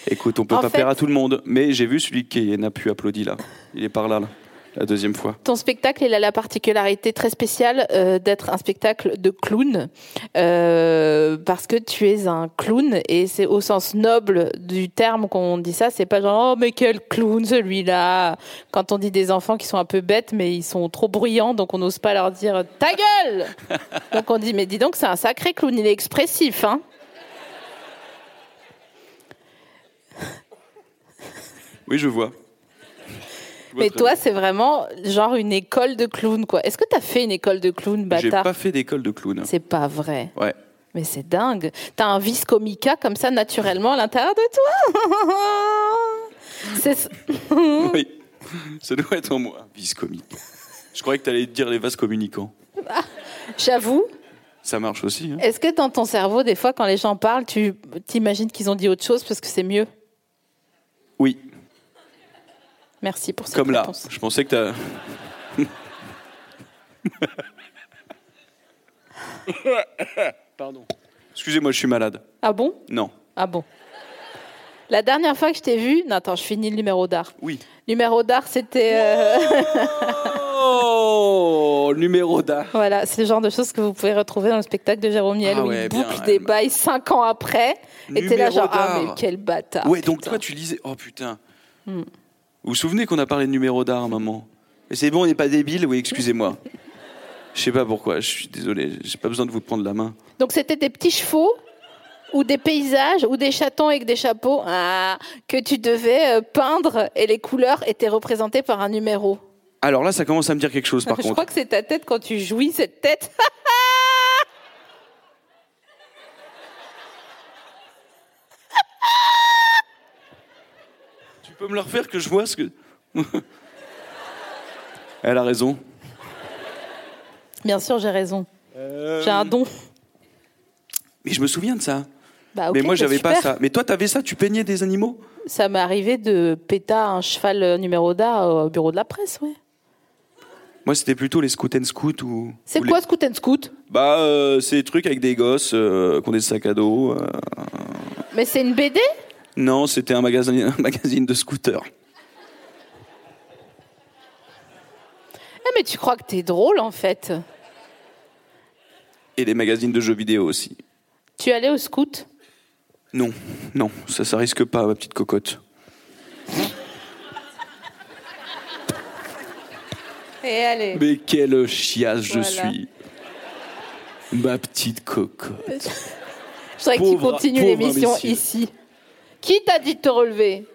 C: Écoute, on peut
B: En
C: pas
B: fait-
C: plaire à tout le monde, mais j'ai vu celui qui n'a plus applaudi là. Il est par là, là, la deuxième fois.
B: Ton spectacle, il a la particularité très spéciale euh, d'être un spectacle de clown, euh, parce que tu es un clown, et c'est au sens noble du terme qu'on dit ça, c'est pas genre « Oh, mais quel clown, celui-là !» Quand on dit des enfants qui sont un peu bêtes, mais ils sont trop bruyants, donc on n'ose pas leur dire « Ta gueule !» Donc on dit « Mais dis donc, c'est un sacré clown, il est expressif, hein !»
C: Oui, je vois. Je vois
B: Mais
C: très
B: toi,
C: bien.
B: c'est vraiment genre une école de clown, quoi. Est-ce que t'as fait une école de clown,
C: j'ai
B: bâtard
C: pas fait d'école de clown.
B: C'est pas vrai
C: Ouais.
B: Mais c'est dingue. T'as un vice comica comme ça naturellement à l'intérieur de toi. C'est-
C: Oui, ça doit être en moi. Vice comique. Je croyais que t'allais dire les vases communicants.
B: J'avoue.
C: Ça marche aussi. hein.
B: Est-ce que dans ton cerveau, des fois, quand les gens parlent, tu t'imagines qu'ils ont dit autre chose parce que c'est mieux
C: Oui,
B: Merci pour cette
C: comme là.
B: réponse.
C: Je pensais que t'as. Pardon. Excusez-moi, je suis malade.
B: Ah bon
C: Non.
B: Ah bon. La dernière fois que je t'ai vu, non, attends, je finis le numéro d'art.
C: Oui.
B: Numéro d'art, c'était euh,
C: Oh Numéro d'art.
B: voilà, c'est le genre de choses que vous pouvez retrouver dans le spectacle de Jérôme Niel
C: Ah
B: où
C: ouais,
B: il
C: bien,
B: boucle
C: ouais,
B: des
C: mais-
B: bails cinq ans après. Et t'es là
C: Numéro
B: genre ah mais
C: d'art.
B: quel bâtard.
C: ouais, donc
B: putain. Hmm.
C: toi, tu lisais. Oh putain. Vous vous souvenez qu'on a parlé de numéro d'art, maman Et c'est bon, on n'est pas débile Oui, excusez-moi. Je sais pas pourquoi, je suis désolé, j'ai pas besoin de vous prendre la main.
B: Donc c'était des petits chevaux ou des paysages ou des chatons avec des chapeaux ah, que tu devais euh, peindre et les couleurs étaient représentées par un numéro.
C: Alors là, ça commence à me dire quelque chose, par
B: Je
C: contre.
B: crois que c'est ta tête quand tu jouis cette tête.
C: Tu peux me le refaire que je vois ce que. Elle a raison.
B: Bien sûr, j'ai raison.
C: Euh,
B: J'ai un don.
C: Mais je me souviens de ça.
B: Bah, ok,
C: mais moi,
B: bah,
C: j'avais pas
B: super.
C: ça. Mais toi, t'avais ça, tu peignais des animaux
B: Ça m'est arrivé de péter un cheval euh, numéro d'art au bureau de la presse, ouais.
C: Moi, c'était plutôt les scout and scout ou.
B: C'est
C: ou les-
B: quoi Scoot and Scoot
C: Bah, euh, c'est des trucs avec des gosses euh, qui ont des sacs à dos. euh.
B: Mais c'est une Eh, BD
C: Non, c'était un magazine, un magazine de scooters.
B: Ah, mais tu crois que t'es drôle, en fait.
C: Et des magazines de jeux vidéo aussi.
B: Tu allais au scout
C: Non, non, ça, ça risque pas, ma petite cocotte.
B: Et allez.
C: Mais quel chiasse je
B: Voilà.
C: suis. Ma petite cocotte.
B: Euh, Je voudrais que tu
C: Pauvre-
B: continues
C: pauvre
B: l'émission
C: imbécile.
B: ici. Qui t'a dit de te relever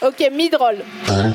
B: Ok, mi-drôle.
D: Bye.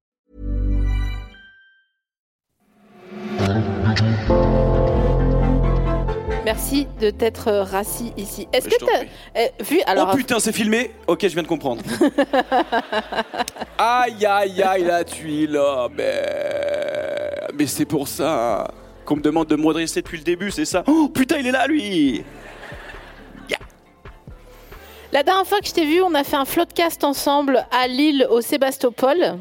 B: Merci de t'être euh, rassis ici. Est-ce
C: Bah, Je
B: que
C: t'en
B: t'as
C: prie.
B: eh, vu alors
C: oh putain, c'est filmé Ok, je viens de comprendre. aïe, aïe, aïe, la tuile. oh, mais mais c'est pour ça qu'on me demande de me redresser depuis le début, c'est ça Oh putain, il est là, lui
B: la dernière fois que je t'ai vu, on a fait un floodcast ensemble à Lille, au Sébastopol.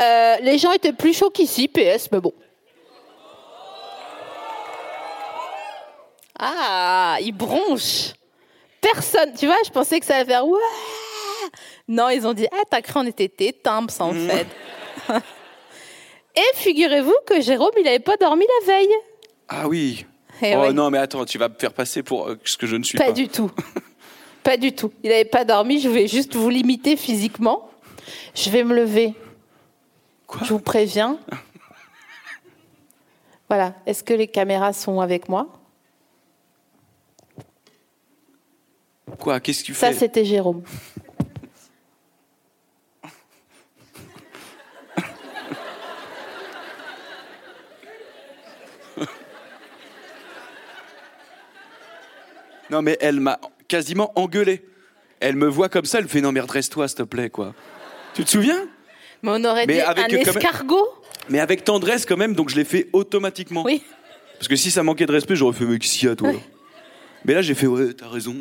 B: Euh, les gens étaient plus chauds qu'ici, PS, mais bon. Ah, ils bronchent. Personne, tu vois, je pensais que ça allait faire ouais. Non, ils ont dit ah t'as cru on était tes timps en fait. Et figurez-vous que Jérôme il avait pas dormi la veille.
C: Ah oui
B: Eh
C: Oh
B: ouais.
C: non, mais attends, tu vas me faire passer pour euh, ce que je ne suis pas.
B: Pas du tout. Pas du tout. Il n'avait pas dormi. Je vais juste vous limiter physiquement. Je vais me lever.
C: Quoi
B: Je vous préviens. Voilà. Est-ce que les caméras sont avec moi
C: Quoi Qu'est-ce que tu
B: Ça,
C: fais
B: c'était Jérôme.
C: Non, mais elle m'a quasiment engueulé. Elle me voit comme ça, elle me fait non, mais redresse-toi, s'il te plaît, quoi. Tu te souviens
B: Mais on aurait
C: Mais
B: dit
C: avec
B: un
C: quand même-
B: escargot.
C: Mais avec tendresse quand même, donc je l'ai fait automatiquement.
B: Oui.
C: Parce que si ça manquait de respect, j'aurais fait mais qu'est-ce qu'il y a, toi là Mais là, j'ai fait ouais, t'as raison.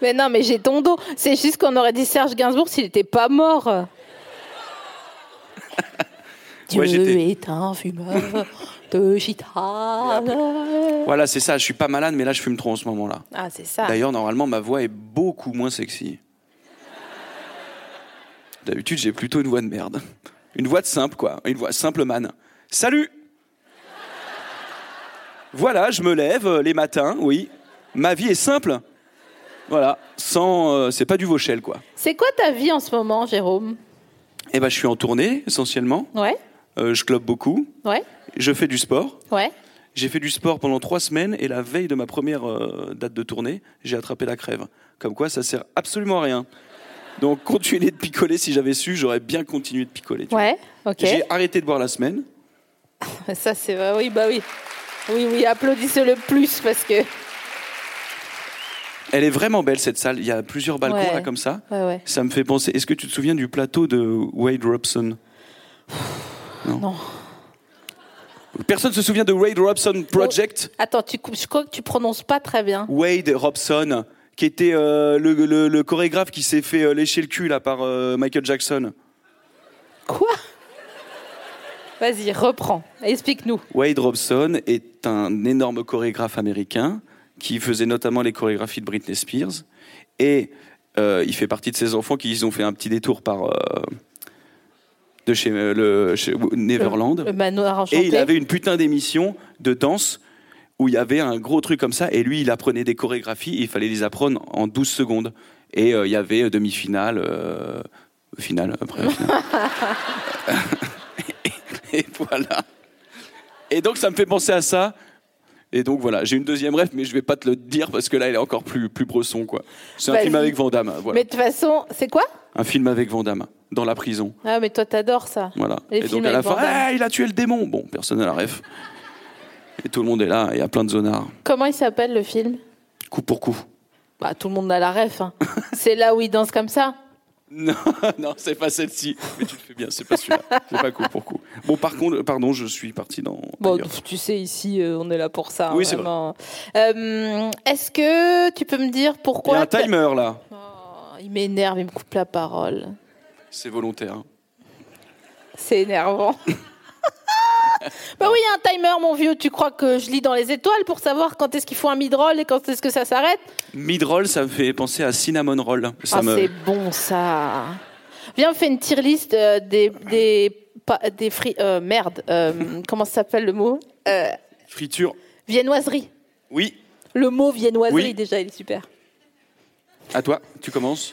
B: Mais non, mais j'ai ton dos. C'est juste qu'on aurait dit Serge Gainsbourg s'il n'était pas mort. Dieu
C: Ouais, j'étais-
B: est un fumeur de gitane.
C: Voilà, c'est ça. Je suis pas malade, mais là, je fume trop en ce moment-là.
B: Ah, c'est ça.
C: D'ailleurs, normalement, ma voix est beaucoup moins sexy. D'habitude, j'ai plutôt une voix de merde. Une voix de simple, quoi. Une voix simple man. Salut Voilà, je me lève euh, les matins, oui. Ma vie est simple. Voilà, sans. euh, c'est pas du Vauchel, quoi.
B: C'est quoi ta vie en ce moment, Jérôme
C: Eh ben, je suis en tournée, essentiellement.
B: Ouais,
C: Euh, je clope beaucoup.
B: ouais,
C: Je fais du sport.
B: ouais.
C: J'ai fait du sport pendant trois semaines et la veille de ma première euh, date de tournée, j'ai attrapé la crève. Comme quoi, ça sert absolument à rien. Donc, continuer de picoler, si j'avais su, j'aurais bien continué de picoler. tu
B: Ouais, ok.
C: vois. J'ai arrêté de boire la semaine.
B: Ah, Ça, c'est vrai, oui, bah oui. Oui, oui, applaudissez-le plus parce que.
C: Elle est vraiment belle, cette salle. Il y a plusieurs balcons,
B: Ouais.
C: là, comme ça.
B: Ouais, ouais.
C: Ça me fait penser. Est-ce que tu te souviens du plateau de Wade Robson non. Personne se souvient de Wade Robson Project
B: Attends, tu, cou- je crois que tu prononces pas très bien.
C: Wade Robson, qui était euh, le, le- le chorégraphe qui s'est fait euh, lécher le cul là, par euh, Michael Jackson.
B: Quoi Vas-y, reprends. Explique-nous.
C: Wade Robson est un énorme chorégraphe américain qui faisait notamment les chorégraphies de Britney Spears. Et euh, il fait partie de ces enfants qui ils ont fait un petit détour par, euh, de chez, euh, le, chez Neverland.
B: Le manoir Euh, enchanté.
C: Et il avait une putain d'émission de danse où il y avait un gros truc comme ça. Et lui, il apprenait des chorégraphies. et il fallait les apprendre en 12 secondes. Et euh, il y avait euh, demi-finale, euh, finale après. la finale. et, voilà. Et donc, ça me fait penser à ça. Et donc voilà, j'ai une deuxième rêve, mais je vais pas te le dire parce que là, elle est encore plus, plus bresson, quoi. C'est un
B: Vas-y.
C: film avec Vandamme, voilà.
B: Mais de toute façon, c'est quoi
C: Un film avec Vandamme, dans la prison.
B: Ah, mais toi, t'adores ça.
C: Voilà.
B: Les
C: et
B: films
C: donc à la
B: avec
C: fin,
B: Van Damme.
C: Ah, il a tué le démon. Bon, personne n'a la ref. Et tout le monde est là, il y a plein de zonards,
B: Comment il s'appelle le film
C: coup pour coup.
B: Bah, tout le monde a la ref. hein. c'est là où il danse comme ça.
C: Non, non, c'est pas celle-ci. Mais tu le fais bien, c'est pas celui-là. C'est pas coup pour coup. Bon, par contre, pardon, je suis parti dans.
B: Bon,
C: ailleurs.
B: tu sais, ici, euh, on est là pour ça.
C: Oui,
B: hein,
C: c'est vrai.
B: vraiment. Euh, Est-ce que tu peux me dire
C: il y a
B: pourquoi
C: un
B: t'as-
C: timer là.
B: Oh, Il m'énerve, il me coupe la parole.
C: C'est volontaire.
B: C'est énervant. bah oui, il y a un timer, mon vieux. Tu crois que je lis dans les étoiles pour savoir quand est-ce qu'il faut un mid-roll et quand est-ce que ça s'arrête
C: Mid roll, ça me fait penser à cinnamon roll. Ça
B: Ah,
C: me-
B: c'est bon, ça. Viens, on fait une tier list euh, des. des pa- des fri- euh, merde, euh, comment ça s'appelle le mot Euh,
C: Friture.
B: Viennoiserie.
C: Oui,
A: Le mot viennoiserie,
C: Oui.
A: déjà, il est super.
C: à toi, tu commences.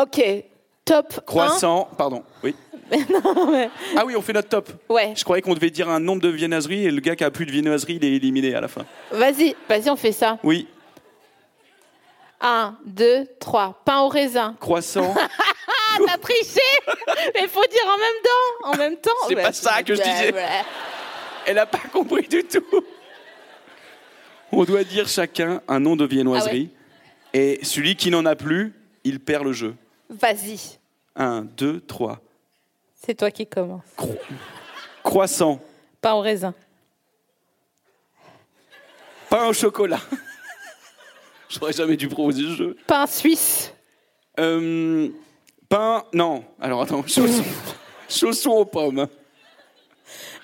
B: Ok, top.
C: Croissant,
B: Hein
C: pardon. Oui.
A: Non, mais-
C: Ah oui, on fait notre top.
B: Ouais,
C: Je croyais qu'on devait dire un nombre de viennoiseries et le gars qui a plus de viennoiseries, il est éliminé à la fin.
B: vas-y, vas-y, on fait ça.
C: Oui,
B: 1, 2, 3. Pain au raisin.
C: croissant.
B: Ah, t'as triché Mais faut dire en même temps En même temps Bah,
C: C'est
B: Ouais,
C: pas ça que je
B: ouais,
C: disais.
B: ouais.
C: Elle n'a pas compris du tout. On doit dire chacun un nom de viennoiserie. Et celui qui n'en a plus, il perd le jeu.
B: Vas-y.
C: Un, deux, trois.
A: C'est toi qui commence.
C: Cro- croissant,
A: Pain au raisin.
C: pain au chocolat. J'aurais jamais dû proposer ce jeu.
B: Pain suisse.
C: Euh, pain, non. Alors attends, chaussons, chaussons aux pommes.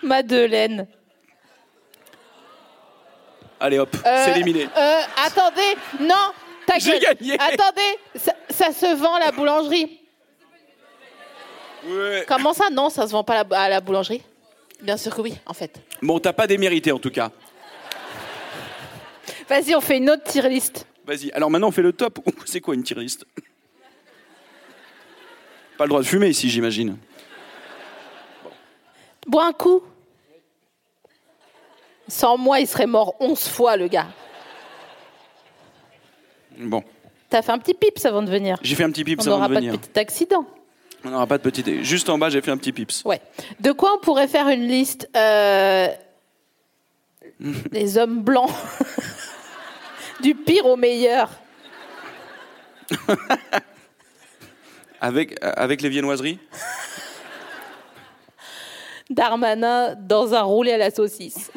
A: Madeleine.
C: Allez hop,
B: Euh,
C: c'est éliminé.
B: euh, attendez, non, ta
C: J'ai
B: gueule.
C: gagné.
B: Attendez, ça, ça se vend à la boulangerie.
C: Ouais.
B: Comment ça Non, ça se vend pas à la- à la boulangerie. Bien sûr que oui, en fait.
C: Bon, t'as pas démérité en tout cas.
B: Vas-y, on fait une autre tier list.
C: Vas-y, alors maintenant on fait le top. Ouh, C'est quoi une tiriste Pas le droit de fumer ici, j'imagine.
B: Bois un coup. Sans moi, il serait mort 11 fois, le gars.
C: Bon,
B: T'as fait un petit pips avant de venir.
C: j'ai fait un petit
B: On
C: pips avant
B: n'aura
C: de
B: pas de
C: venir.
B: petit accident.
C: On n'aura pas de petit. Juste en bas, j'ai fait un petit pips.
B: Ouais. De quoi on pourrait faire une liste euh, Les hommes blancs. du pire au meilleur.
C: Avec, euh, avec les viennoiseries
B: Darmanin dans un roulé à la saucisse.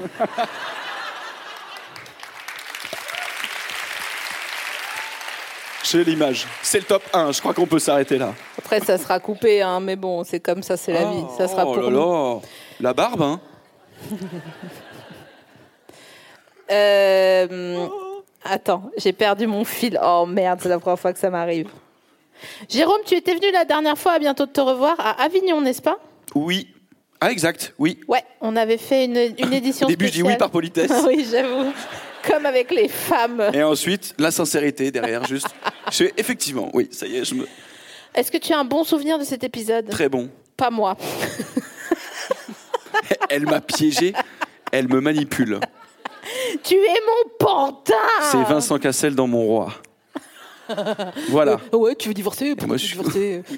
C: J'ai l'image. C'est le top 1, je crois qu'on peut s'arrêter là.
A: Après, ça sera coupé, hein, mais bon, c'est comme ça, c'est la vie. Ça sera
C: oh
A: pour
C: là
A: nous.
C: là. La barbe, hein
A: Euh, attends, j'ai perdu mon fil. Oh merde, c'est la première fois que ça m'arrive.
B: Jérôme, tu étais venu la dernière fois, à bientôt de te revoir, à Avignon, n'est-ce pas
C: Oui. Ah, exact, oui.
B: Ouais, on avait fait une, une édition
C: Au début, je dis oui
B: spéciale.
C: par politesse.
B: Ah oui, j'avoue. Comme avec les femmes.
C: Et ensuite, la sincérité derrière, juste. Je fais, effectivement, oui, ça y est, je me.
B: Est-ce que tu as un bon souvenir de cet épisode
C: Très bon.
B: Pas moi.
C: Elle m'a piégé, elle me manipule.
B: Tu es mon pantin
C: C'est Vincent Cassel dans Mon Roi. Voilà.
B: Oh,
A: Ah Ouais, tu veux divorcer
C: Moi, je suis-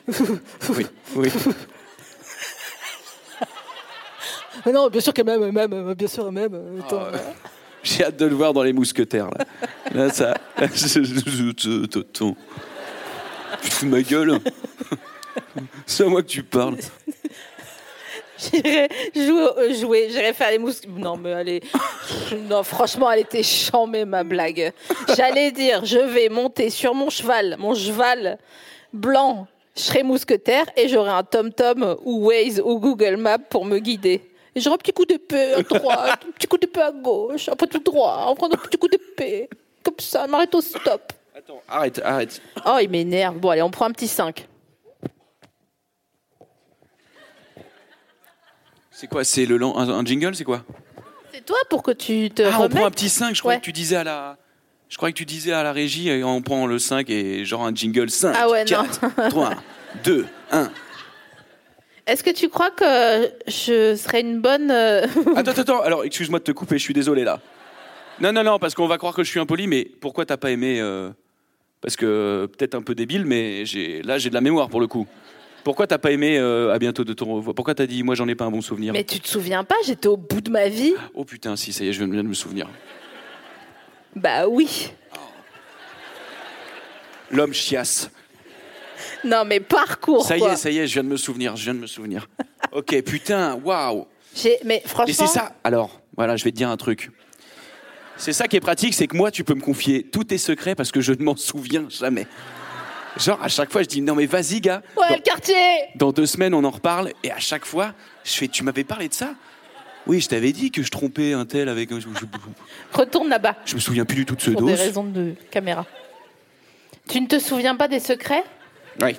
C: Oui, oui.
A: Ah Non, bien sûr qu'elle m'aime, même, bien sûr, même.
C: Ah, euh, J'ai hâte de le voir dans Les Mousquetaires. Là, là ça. Tu fous de ma gueule C'est à moi que tu parles.
A: J'irai jouer, euh, jouer, j'irai faire les mousques. Non, mais allez. Non, franchement, elle était chamée, ma blague. J'allais dire, je vais monter sur mon cheval, mon cheval blanc. Je serai mousquetaire et j'aurai un TomTom ou Waze ou Google Maps pour me guider. Et J'aurai un petit coup d'épée à droite, un petit coup d'épée à gauche, un peu tout droit, on prend un petit coup d'épée. Comme ça, elle m'arrête au stop.
C: Attends, arrête, arrête.
B: Oh, il m'énerve. Bon, allez, on prend un petit 5.
C: C'est quoi C'est le lan- un, un jingle C'est quoi
B: C'est toi pour que tu te
C: Ah, on
B: remettes
C: prend un petit 5, je croyais
B: Euh, Ouais.
C: que tu disais à la. Je croyais que tu disais à la régie, et on prend le 5 et genre un jingle 5,
B: Ah ouais, non.
C: 4, 3, 2, 1.
B: Est-ce que tu crois que je serais une bonne... euh,
C: Attends, attends, attends. Alors, excuse-moi de te couper, je suis désolé là. Non, non, non, parce qu'on va croire que je suis impoli, mais pourquoi t'as pas aimé euh, Parce que euh, peut-être un peu débile, mais j'ai là, j'ai de la mémoire pour le coup. Pourquoi t'as pas aimé euh, À bientôt de ton revoir Pourquoi t'as dit Moi, j'en ai pas un bon souvenir
B: Mais tu te souviens pas, j'étais au bout de ma vie
C: Oh putain, si, ça y est, je viens de me souvenir.
B: Bah oui.
C: L'homme chiasse.
B: Non, mais parcours,
C: Ça y
B: quoi.
C: est, ça y est, je viens de me souvenir, je viens de me souvenir. Ok, putain, waouh
B: J'ai- Mais franchement...
C: Et c'est ça. Alors, voilà, je vais te dire un truc. C'est ça qui est pratique, c'est que moi, tu peux me confier tous tes secrets parce que je ne m'en souviens jamais. Genre, à chaque fois, je dis non, mais vas-y, gars.
B: Ouais,
C: Dans-
B: le quartier
C: dans, deux semaines, on en reparle. Et à chaque fois, je fais, tu m'avais parlé de ça Oui, je t'avais dit que je trompais un tel avec un. Je, je-
B: Retourne là-bas,
C: je me souviens plus du tout de ce
B: pour
C: dos.
B: des raisons de caméra. Tu ne te souviens pas des secrets
C: Ouais.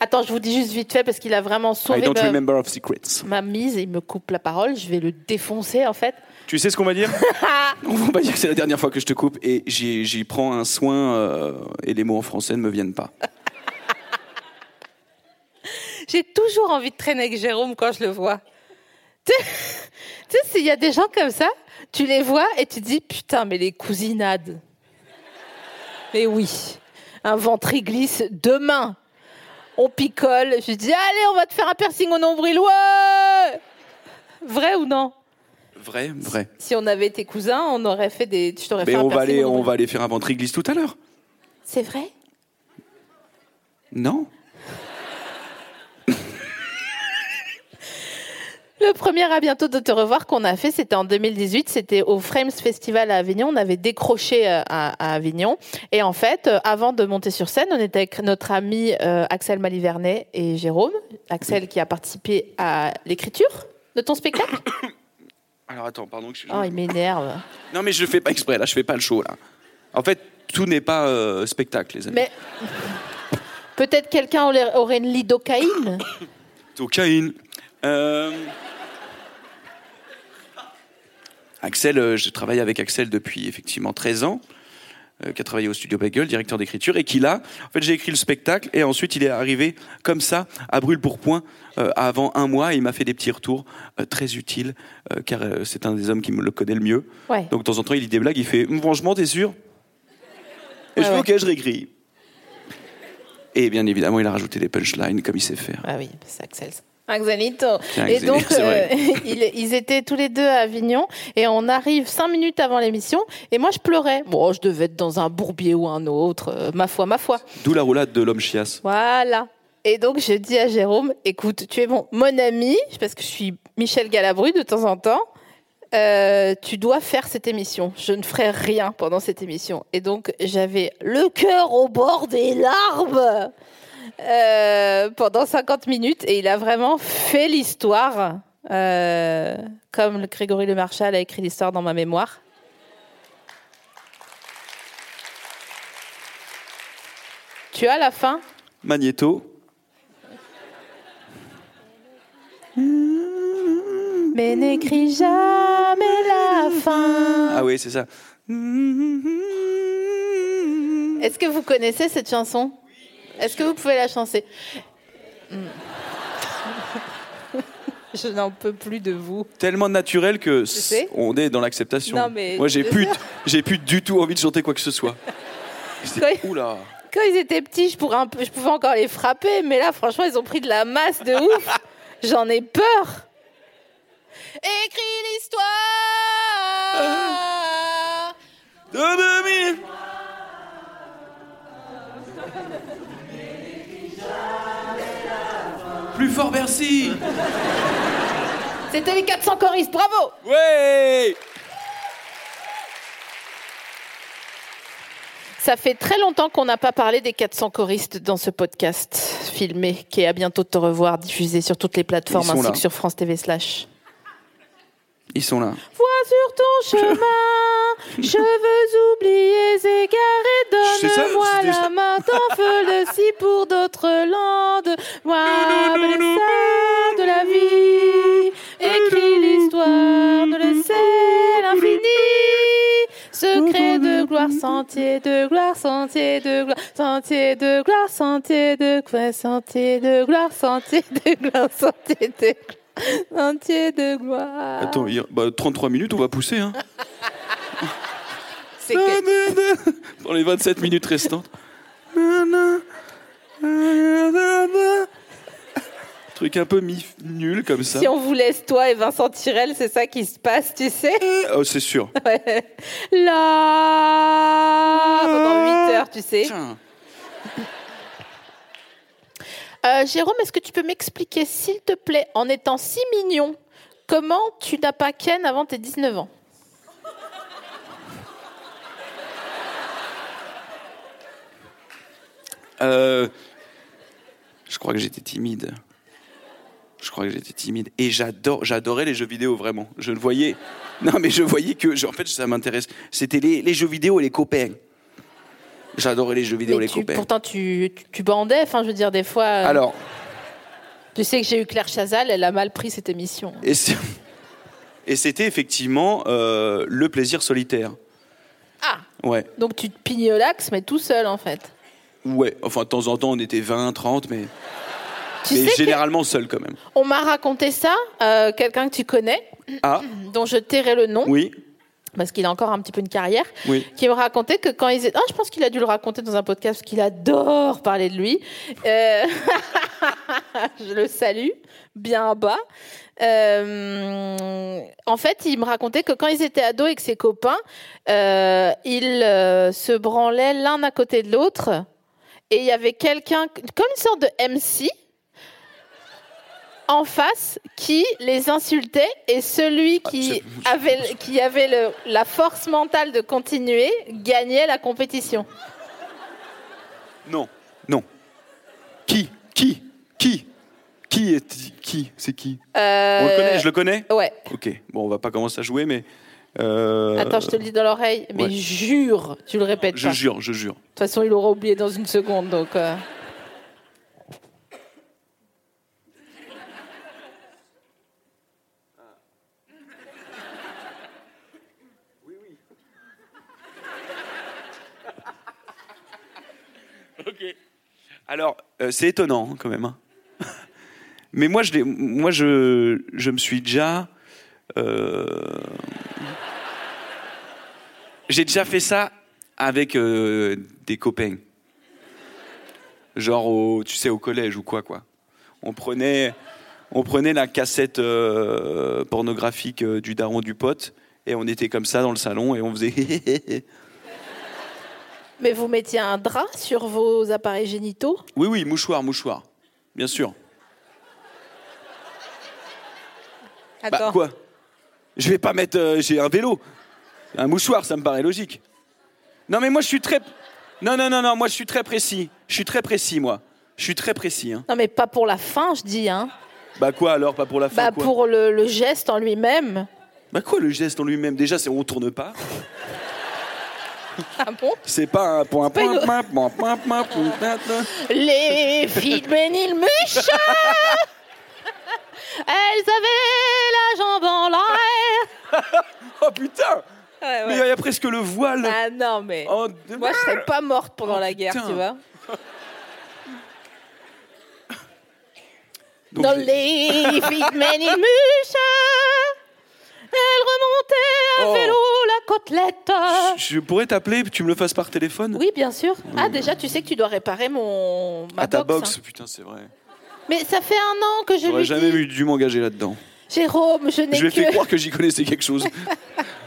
B: Attends, je vous dis juste vite fait parce qu'il a vraiment
C: I
B: sauvé
C: don't
B: ma,
C: remember of secrets.
B: ma mise. Il me coupe la parole. Je vais le défoncer en fait.
C: Tu sais ce qu'on va dire On va pas dire que c'est la dernière fois que je te coupe et j'y j'y prends un soin euh, et les mots en français ne me viennent pas.
A: J'ai toujours envie de traîner avec Jérôme quand je le vois. Tu sais- tu sais, s'il y a des gens comme ça, tu les vois et tu dis putain, mais les cousinades. Mais oui, un ventre il glisse demain. On picole, je dis allez, on va te faire un piercing au nombril. Ouais Vrai ou non
C: Vrai, vrai.
A: Si on avait été cousins, on aurait fait des. Je t'aurais fait
C: Mais
A: un
C: on va,
A: piercing
C: aller,
A: au
C: on
A: nombril.
C: va aller faire un ventriglisse tout à l'heure.
A: C'est vrai
C: Non
B: Le premier à bientôt de te revoir qu'on a fait, c'était en 2018, c'était au Frames Festival à Avignon. On avait décroché euh, à, à Avignon. Et en fait, euh, avant de monter sur scène, on était avec notre ami euh, Axel Malivernet et Jérôme. Axel qui a participé à l'écriture de ton spectacle.
C: Alors attends, pardon que je suis...
B: Oh, il m'énerve.
C: Non mais je le fais pas exprès, là je fais pas le show là. En fait, tout n'est pas euh, spectacle les amis.
B: Mais peut-être quelqu'un aurait- aurait une lidocaïne.
C: Cocaïne. Euh, Axel, euh, je travaille avec Axel depuis effectivement 13 ans, euh, qui a travaillé au studio Bagel, directeur d'écriture, et qui là, en fait, j'ai écrit le spectacle, et ensuite il est arrivé comme ça, à brûle pour point, euh, avant un mois, et il m'a fait des petits retours euh, très utiles, euh, car euh, c'est un des hommes qui me le connaît le mieux.
B: Ouais.
C: Donc de temps en temps, il lit des blagues, il fait Hum, Franchement, t'es sûr Et je
B: Ouais,
C: fais
B: ouais.
C: Ok, je réécris. Et bien évidemment, il a rajouté des punchlines comme il sait faire.
B: Ah oui, c'est Axel. ça.
A: Axelito.
C: Tiens,
B: Et
C: Axel,
B: donc,
C: c'est vrai.
B: euh, ils, ils étaient tous les deux à Avignon et on arrive cinq minutes avant l'émission et moi je pleurais. Bon, je devais être dans un bourbier ou un autre, euh, ma foi, ma foi.
C: D'où la roulade de l'homme chiasse.
B: Voilà. Et donc je dis à Jérôme, écoute, tu es mon, mon ami, parce que je suis Michel Galabru de temps en temps, euh, tu dois faire cette émission. Je ne ferai rien pendant cette émission. Et donc j'avais le cœur au bord des larmes euh, pendant 50 minutes et il a vraiment fait l'histoire, euh, comme le Grégory Le Marchal a écrit l'histoire dans ma mémoire. Tu as la fin
C: Magnéto.
B: Mais n'écris jamais la fin.
C: Ah oui, c'est ça.
B: Est-ce que vous connaissez cette chanson Est-ce que vous pouvez la chanter Hmm. Je n'en peux plus de vous.
C: Tellement naturel que
B: sais.
C: on est dans l'acceptation.
B: Non, mais
C: Moi, j'ai
B: je
C: plus,
B: sais.
C: j'ai plus du tout envie de chanter quoi que ce soit. C'est-
B: Quoi
C: Oula.
B: Quand ils étaient petits, je, pourrais un peu, je pouvais encore les frapper, mais là, franchement, ils ont pris de la masse de ouf. J'en ai peur. Écris l'histoire.
C: De 2000. Plus fort, merci.
B: C'était les 400 choristes, bravo
C: Ouais.
B: Ça fait très longtemps qu'on n'a pas parlé des 400 choristes dans ce podcast filmé, qui est à bientôt de te revoir, diffusé sur toutes les plateformes
C: Ils sont
B: ainsi
C: là.
B: que sur France TV slash.
C: Ils sont là.
B: Vois sur ton chemin, cheveux oubliés, égarés,
C: C'est ça,
B: donne-moi
C: c'était ça.
B: la main, t'en feu le si pour d'autres landes. Moi, blessé de la vie, écris l'histoire de le ciel infini. Secret de gloire, sentier de gloire, sentier de gloire, sentier de gloire, sentier de gloire, sentier de gloire, sentier de gloire, sentier de gloire, sentier de gloire.
C: Attends, il- bah, 33 minutes, on va pousser. Hein.
B: C'est que-
C: Dans les 27 minutes restantes. Truc un peu mi nul comme ça.
B: Si on vous laisse toi et Vincent Tirel, c'est ça qui se passe, tu sais
C: Oh, c'est sûr.
B: Là Pendant 8 heures, tu sais.
C: Tiens.
B: Euh, Jérôme, est-ce que tu peux m'expliquer, s'il te plaît, en étant si mignon, comment tu n'as pas Ken avant tes 19 ans
C: Euh, je crois que j'étais timide. Je crois que j'étais timide. Et j'adore, j'adorais les jeux vidéo, vraiment. Je ne voyais. Non, mais je voyais que. je- en fait, ça m'intéresse. C'était les, les jeux vidéo et les copains. J'adorais les jeux vidéo,
B: Mais
C: les
B: tu-
C: copains.
B: pourtant, tu, tu, tu bandais, enfin, je veux dire, des fois. euh,
C: Alors,
B: tu sais que j'ai eu Claire Chazal, elle a mal pris cette émission.
C: et c'est- et c'était effectivement euh, le plaisir solitaire.
B: Ah,
C: Ouais,
B: donc tu te pignes au lax, mais tout seul, en fait.
C: ouais. Enfin, de temps en temps, on était 20, 30, mais,
B: Tu
C: mais
B: sais
C: généralement seul quand même.
B: qu'on m'a raconté ça, euh, quelqu'un que tu connais,
C: Ah,
B: dont je tairai le nom,
C: oui,
B: parce qu'il a encore un petit peu une carrière,
C: oui.
B: qui me racontait que quand ils étaient... Ah, je pense qu'il a dû le raconter dans un podcast, parce qu'il adore parler de lui. Euh, je le salue, bien bas. Euh, En fait, il me racontait que quand ils étaient ados et que ses copains, euh, ils euh, se branlaient l'un à côté de l'autre. Et il y avait quelqu'un, comme une sorte de MC, en face, qui les insultait. Et celui
C: Ah,
B: qui avait, qui avait le- la force mentale de continuer gagnait la compétition.
C: Non, non. Qui Qui Qui Qui est qui C'est qui
B: Euh,
C: On le connaît, je le connais
B: Ouais.
C: Ok, bon, on va pas commencer à jouer, mais. euh,
B: Attends, je te le dis dans l'oreille, mais
C: ouais.
B: jure, tu le répètes
C: Je
B: pas.
C: jure, je jure.
B: De toute façon, il l'aura oublié dans une seconde, donc. euh.
C: Alors, euh, c'est étonnant hein, quand même. hein. Mais moi, je, l'ai- moi je, je me suis déjà. euh, J'ai déjà fait ça avec euh, des copains. Genre, au, tu sais, au collège ou quoi, quoi. On prenait, on prenait la cassette euh, pornographique euh, du daron du pote et on était comme ça dans le salon et on faisait.
B: Mais vous mettiez un drap sur vos appareils génitaux
C: Oui, oui, mouchoir, mouchoir. Bien sûr. Bah,
B: Attends.
C: quoi Je vais pas mettre. euh, j'ai un vélo. Un mouchoir, ça me paraît logique. Non, mais moi, je suis très. Non, non, non, non, moi, je suis très précis. Je suis très précis, moi. Je suis très précis. Hein.
B: non, mais pas pour la fin, je dis, hein.
C: Bah, quoi alors Pas pour la fin
B: Bah,
C: quoi
B: pour le, le geste en lui-même.
C: Bah, quoi le geste en lui-même Déjà, c'est on tourne pas.
B: Ah bon
C: C'est pas un point,
B: pas une-
C: point, point, point, point, point, point, point, point.
B: Les filles de Bénilmuche Elles avaient la jambe en l'air
C: Oh putain
B: Ouais,
C: Mais
B: ouais.
C: il y a presque le voile.
B: Ah non, mais.
C: Oh, de-
B: Moi, je serais pas morte pendant la guerre,
C: putain.
B: tu vois.
C: Donc,
B: Dans
C: j'ai-
B: les filles de Ménilmuche, elle remontait à
C: Oh.
B: vélo la côtelette.
C: Je je pourrais t'appeler, tu me le fasses par téléphone
B: Oui, bien sûr. Ah, déjà, tu sais que tu dois réparer mon ma
C: À Ah, ta
B: box,
C: box,
B: hein.
C: putain, c'est vrai.
B: Mais ça fait un an que je
C: J'aurais
B: lui
C: jamais
B: dis,
C: dû m'engager là-dedans.
B: Jérôme, je n'ai
C: Je lui ai fait
B: que.
C: croire que j'y connaissais quelque chose.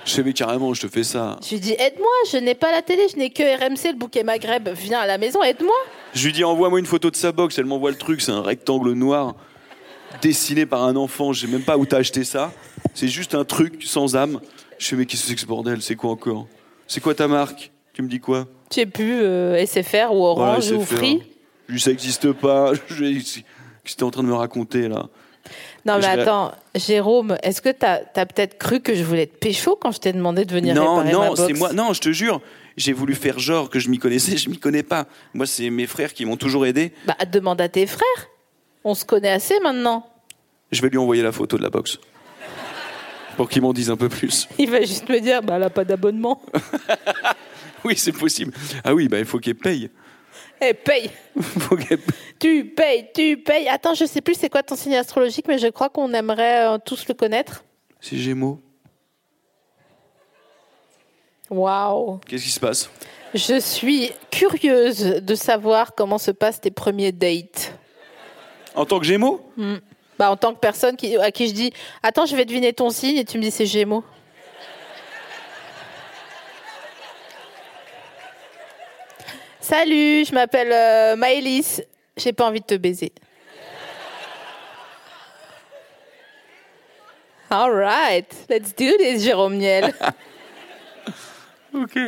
C: Je fais, mais carrément, je te fais ça.
B: Je lui dis, aide-moi, je n'ai pas la télé, je n'ai que RMC, le bouquet Maghreb. Viens à la maison, aide-moi.
C: Je lui dis, envoie-moi une photo de sa box. Elle m'envoie le truc, c'est un rectangle noir dessiné par un enfant. Je sais même pas où t'as acheté ça. C'est juste un truc sans âme. Je fais, mais qu'est-ce que c'est que ce bordel C'est quoi encore C'est quoi ta marque Tu me dis quoi
B: Je sais plus, euh, SFR ou
C: Voilà,
B: Orange
C: c'est
B: ou
C: fait,
B: Free.
C: hein. Je lui dis, ça existe pas. Je lui dis, Qu'est-ce que t'es en train de me raconter là
B: Non, mais
C: Je vais-
B: attends, Jérôme, est-ce que t'as as, peut-être cru que je voulais être pécho quand je t'ai demandé de venir
C: Non,
B: réparer ma
C: non,
B: box
C: c'est moi. Non, je te jure, j'ai voulu faire genre que je m'y connaissais. Je m'y connais pas. Moi, c'est mes frères qui m'ont toujours aidé.
B: Bah, demande à tes frères. On se connaît assez maintenant.
C: Je vais lui envoyer la photo de la box. Pour qu'il m'en dise un peu plus.
B: Il va juste me dire, bah, elle a pas d'abonnement.
C: Oui, c'est possible. Ah oui, bah, il faut qu'elle paye.
B: Eh, paye
C: Faut qu'elle paye.
B: Tu payes, tu payes Attends, je sais plus c'est quoi ton signe astrologique, mais je crois qu'on aimerait euh, tous le connaître.
C: C'est Gémeaux.
B: Waouh
C: Qu'est-ce qui se passe
B: Je suis curieuse de savoir comment se passent tes premiers dates.
C: En tant que Gémeaux
B: Bah, en tant que personne qui, à qui je dis, attends, je vais deviner ton signe, et tu me dis, c'est Gémeaux. Salut, je m'appelle euh, Maëlys. J'ai pas envie de te baiser. All right, let's do this, Jérôme Niel.
C: Ok.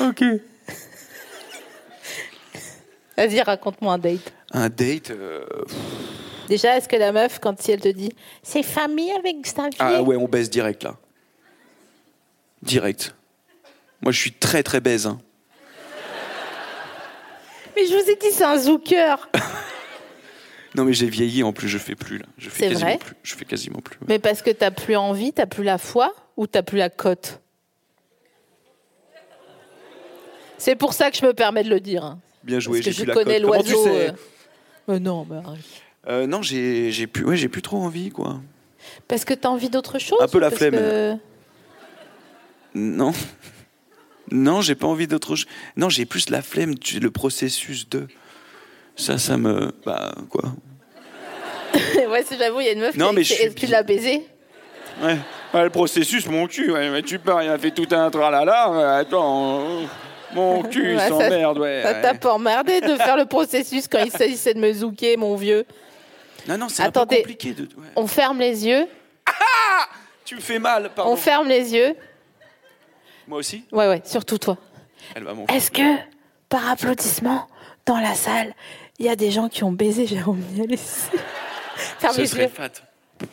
C: Ok.
B: Vas-y, raconte-moi un date.
C: Un date euh, pff,
B: Déjà, est-ce que la meuf, quand si elle te dit, c'est famille avec Xavier
C: Ah ouais, on baisse direct là. Direct. Moi, je suis très très baise. hein.
A: Mais je vous ai dit, c'est un zooker.
C: Non, mais j'ai vieilli en plus, je fais plus là. Je fais
B: C'est
C: quasiment
B: vrai
C: plus. Je fais quasiment plus.
B: Mais parce que t'as plus envie, t'as plus la foi ou t'as plus la cote C'est pour ça que je me permets de le dire. hein.
C: Bien joué,
B: parce que
C: j'ai
B: je
C: plus la
B: connais
C: cote. Comment tu
B: l'oiseau.
C: sais
B: euh. Mais non, bah, mais arrête.
C: Euh, non, j'ai j'ai plus, ouais, j'ai plus trop envie, quoi.
B: Parce que t'as envie d'autre chose
C: Un peu la
B: ou parce
C: flemme.
B: que-
C: Non. Non, j'ai pas envie d'autre chose. Non, j'ai plus la flemme, tu- le processus de. Ça, ça me. Bah, quoi.
A: ouais, c'est- j'avoue, il y a une meuf
C: Non,
A: qui a
C: mais
A: écrit,
C: je suis
A: Est-ce que tu
C: bi-
A: l'as baisé
C: Ouais. Ouais, le processus, mon cul, ouais, mais tu parles, il a fait tout un tralala. ouais, Attends, euh, mon cul, il
A: Ouais, ça-
C: s'emmerde, ouais.
A: Ça
C: ouais.
A: t'a pas emmerdé de faire le processus quand il s'agissait de me zouker, mon vieux
C: Non, non, c'est un peu
B: Attendez.
C: compliqué. De... ouais.
B: On ferme les yeux.
C: Tu me fais mal,
B: On
C: pardon.
B: ferme les yeux.
C: Moi aussi
B: Ouais, ouais, surtout toi.
C: Elle va m'en
B: Est-ce que, par applaudissement, dans la salle, il y a des gens qui ont baisé Jérôme Niels Ferme
C: Ce
B: les
C: serait
B: yeux.
C: fat.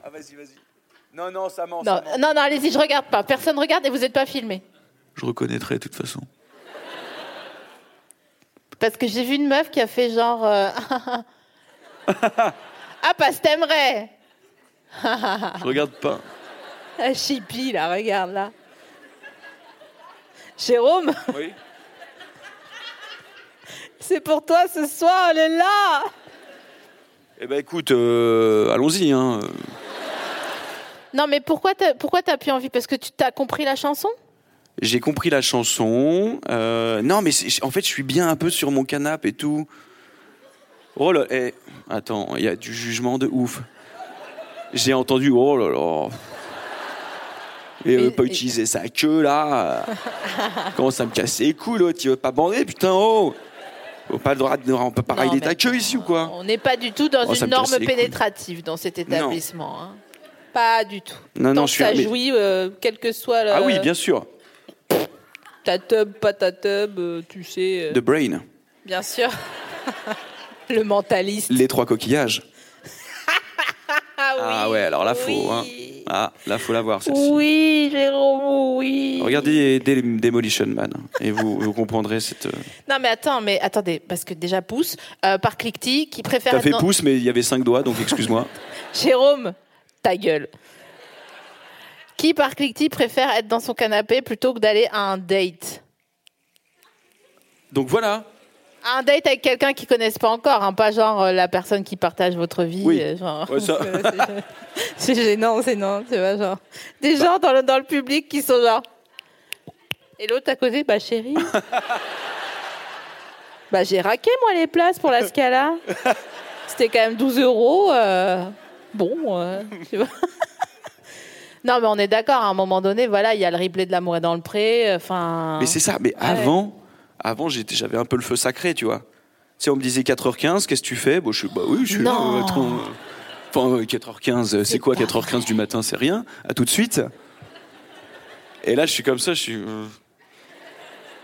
C: Ah, vas-y, vas-y. Non, non, ça ment,
B: Non,
C: ça ment.
B: non, non, allez-y, je regarde pas. Personne regarde et vous n'êtes pas filmé.
C: Je reconnaîtrai, de toute façon.
B: Parce que j'ai vu une meuf qui a fait genre. euh, ah, parce que t'aimerais
C: Je regarde pas.
A: Ah, chippie, là, regarde, là. Jérôme,
C: Oui
A: c'est pour toi ce soir, elle est là
C: Eh ben, écoute, euh, allons-y, hein.
B: Non, mais pourquoi t'as, pourquoi t'as plus envie Parce que tu t'as compris la chanson
C: J'ai compris la chanson. Euh, non, mais c'est- en fait, je suis bien un peu sur mon canapé et tout. Oh là, eh, attends, il y a du jugement de ouf. J'ai entendu, oh là là. Et
A: Mais-
C: veut pas utiliser sa queue là. Commence à me casser les couilles, l'autre, il veut pas bander, putain, oh. Faut pas le droit de. On peut pas
B: Non,
C: régler
B: mais
C: ta queue ici ou quoi
B: On n'est pas du tout dans
C: Oh, ça
B: une
C: me casse
B: norme
C: les couilles.
B: pénétrative dans cet établissement. hein.
A: Pas du tout.
C: Non,
A: Tant
C: non,
A: que
C: je suis.
A: ça
C: mais-
A: jouit, euh, quel que soit le-
C: Ah oui, bien sûr.
A: ta tub, pas ta tub, euh, tu sais. euh,
C: The Brain,
A: Bien sûr. le mentaliste.
C: les trois coquillages.
A: Ah oui.
C: Ah ouais, alors là, faut.
A: oui.
C: hein. Ah, là, faut la voir, celle-ci.
A: Oui, Jérôme, oui.
C: Regardez Dem- Demolition Man hein, et vous, vous comprendrez cette. euh,
B: Non, mais attends, mais attendez, parce que déjà pousse, euh, par cliquetis, qui préfère.
C: T'as
B: être
C: fait
B: dans-
C: pouce, mais il y avait cinq doigts, donc excuse-moi.
B: Jérôme, ta gueule. Qui par cliquetis préfère être dans son canapé plutôt que d'aller à un date
C: Donc voilà.
B: Un date avec quelqu'un qui connaissent pas encore, hein, pas genre euh, la personne qui partage votre vie.
C: Oui.
B: euh, genre.
C: Ouais, ça-
A: C'est gênant, c'est non, tu vois, genre.
B: Des
C: Bah.
B: gens dans le, dans le public qui sont genre.
A: Et l'autre à côté, bah chérie. bah j'ai raqué moi les places pour la Scala. C'était quand même 12 euros. euh, Bon, euh, tu vois.
B: Non, mais on est d'accord, à un moment donné, voilà, il y a le replay de l'amour est dans le pré, euh, enfin.
C: Mais c'est ça. Mais avant, avant j'étais- j'avais un peu le feu sacré, tu vois. Tu sais, on me disait 4h15, qu'est-ce que tu fais bon, je suis, Bah oui, je suis là,
B: Non.
C: euh, attends, euh, Enfin, euh, 4h15, euh, c'est quoi 4h15 du matin C'est rien. À tout de suite. Et là, je suis comme ça, je suis. euh,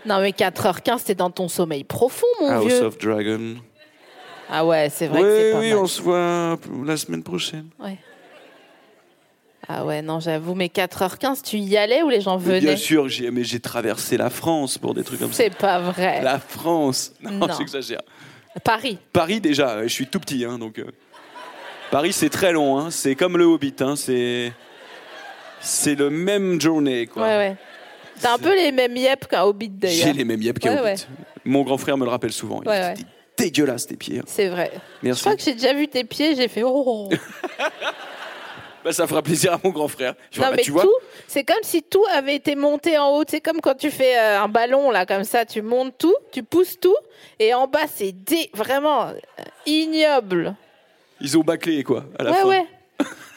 B: Non, mais 4h15, t'es dans ton sommeil profond, mon
C: House
B: vieux.
C: of Dragon.
B: Ah ouais, c'est vrai
C: Ah, Oui,
B: que c'est pas
C: oui,
B: mal.
C: on se voit la semaine prochaine.
B: Ouais. Ah ouais, non, j'avoue, mais 4h15, tu y allais ou les gens
C: Bien
B: venaient
C: sûr, j'ai- mais j'ai traversé la France pour des trucs comme ça.
B: C'est pas vrai.
C: La France. Non,
B: Eh. Non.
C: j'exagère.
B: Paris.
C: Paris déjà, je suis tout petit, hein, donc. euh, Paris c'est très long, hein, c'est comme le Hobbit, hein, c'est c'est le même journée quoi.
B: Ouais, ouais. T'as un
C: C'est-
B: peu les mêmes yep qu'un hobbit
C: J'ai
B: d'ailleurs.
C: les mêmes yeux qu'un
B: Ouais,
C: Hobbit.
B: ouais.
C: Mon grand frère me le rappelle souvent. Il
B: Ouais,
C: était dégueulasse tes pieds. hein.
B: C'est vrai. Je
C: Merci.
B: crois que j'ai déjà vu tes pieds, j'ai fait oh.
C: Bah, ça fera plaisir à mon grand frère. Je fais,
B: non
C: bah,
B: mais
C: tu vois,
B: tout, c'est comme si tout avait été monté en haut. C'est comme quand tu fais euh, un ballon là comme ça, tu montes tout, tu pousses tout, et en bas c'est dé- vraiment euh, ignoble.
C: ils ont bâclé quoi à la
B: ouais
C: fin.
B: ouais.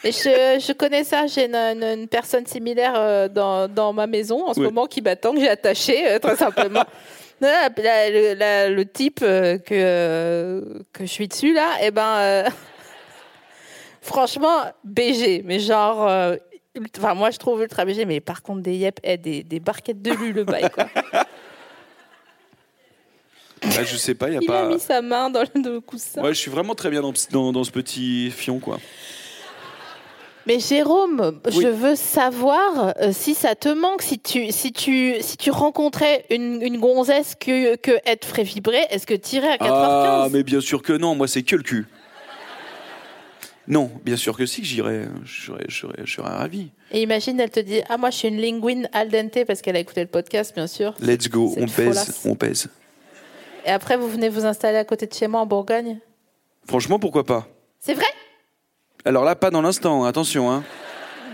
B: Et je, je connais ça, j'ai une, une- une personne similaire euh, dans, dans ma maison en ce
C: Oui.
B: moment qui m'attend, que j'ai attachée euh, très simplement. Non, la- la- le- la- le type euh, que, euh, que je suis dessus là, eh ben, euh, franchement, BG, mais genre, euh, ult- enfin moi je trouve ultra BG, mais par contre des yep, eh, des, des barquettes de lulu le bail quoi.
C: Bah, je sais pas, il y a
B: Il
C: pas.
B: a mis sa main dans le, dans le coussin.
C: Ouais, je suis vraiment très bien dans, dans, dans ce petit fion quoi.
B: Mais Jérôme,
C: Oui.
B: je veux savoir euh, si ça te manque, si tu, si tu, si tu rencontrais une, une gonzesse que, que être ferait vibrer, est-ce que tu irais à 4h15
C: Ah, mais bien sûr que non, moi c'est que le cul. Non, bien sûr que si, que j'irai. Je serais- je serais- je serais ravi.
B: Et imagine, elle te dit Ah, moi, je suis une linguine al dente parce qu'elle a écouté le podcast, bien sûr.
C: Let's go,
B: C'est
C: on
B: le
C: pèse,
B: frolasse.
C: on pèse.
B: Et après, vous venez vous installer à côté de chez moi en Bourgogne.
C: Franchement, pourquoi pas
B: C'est vrai
C: Alors là, pas dans l'instant, attention. Hein.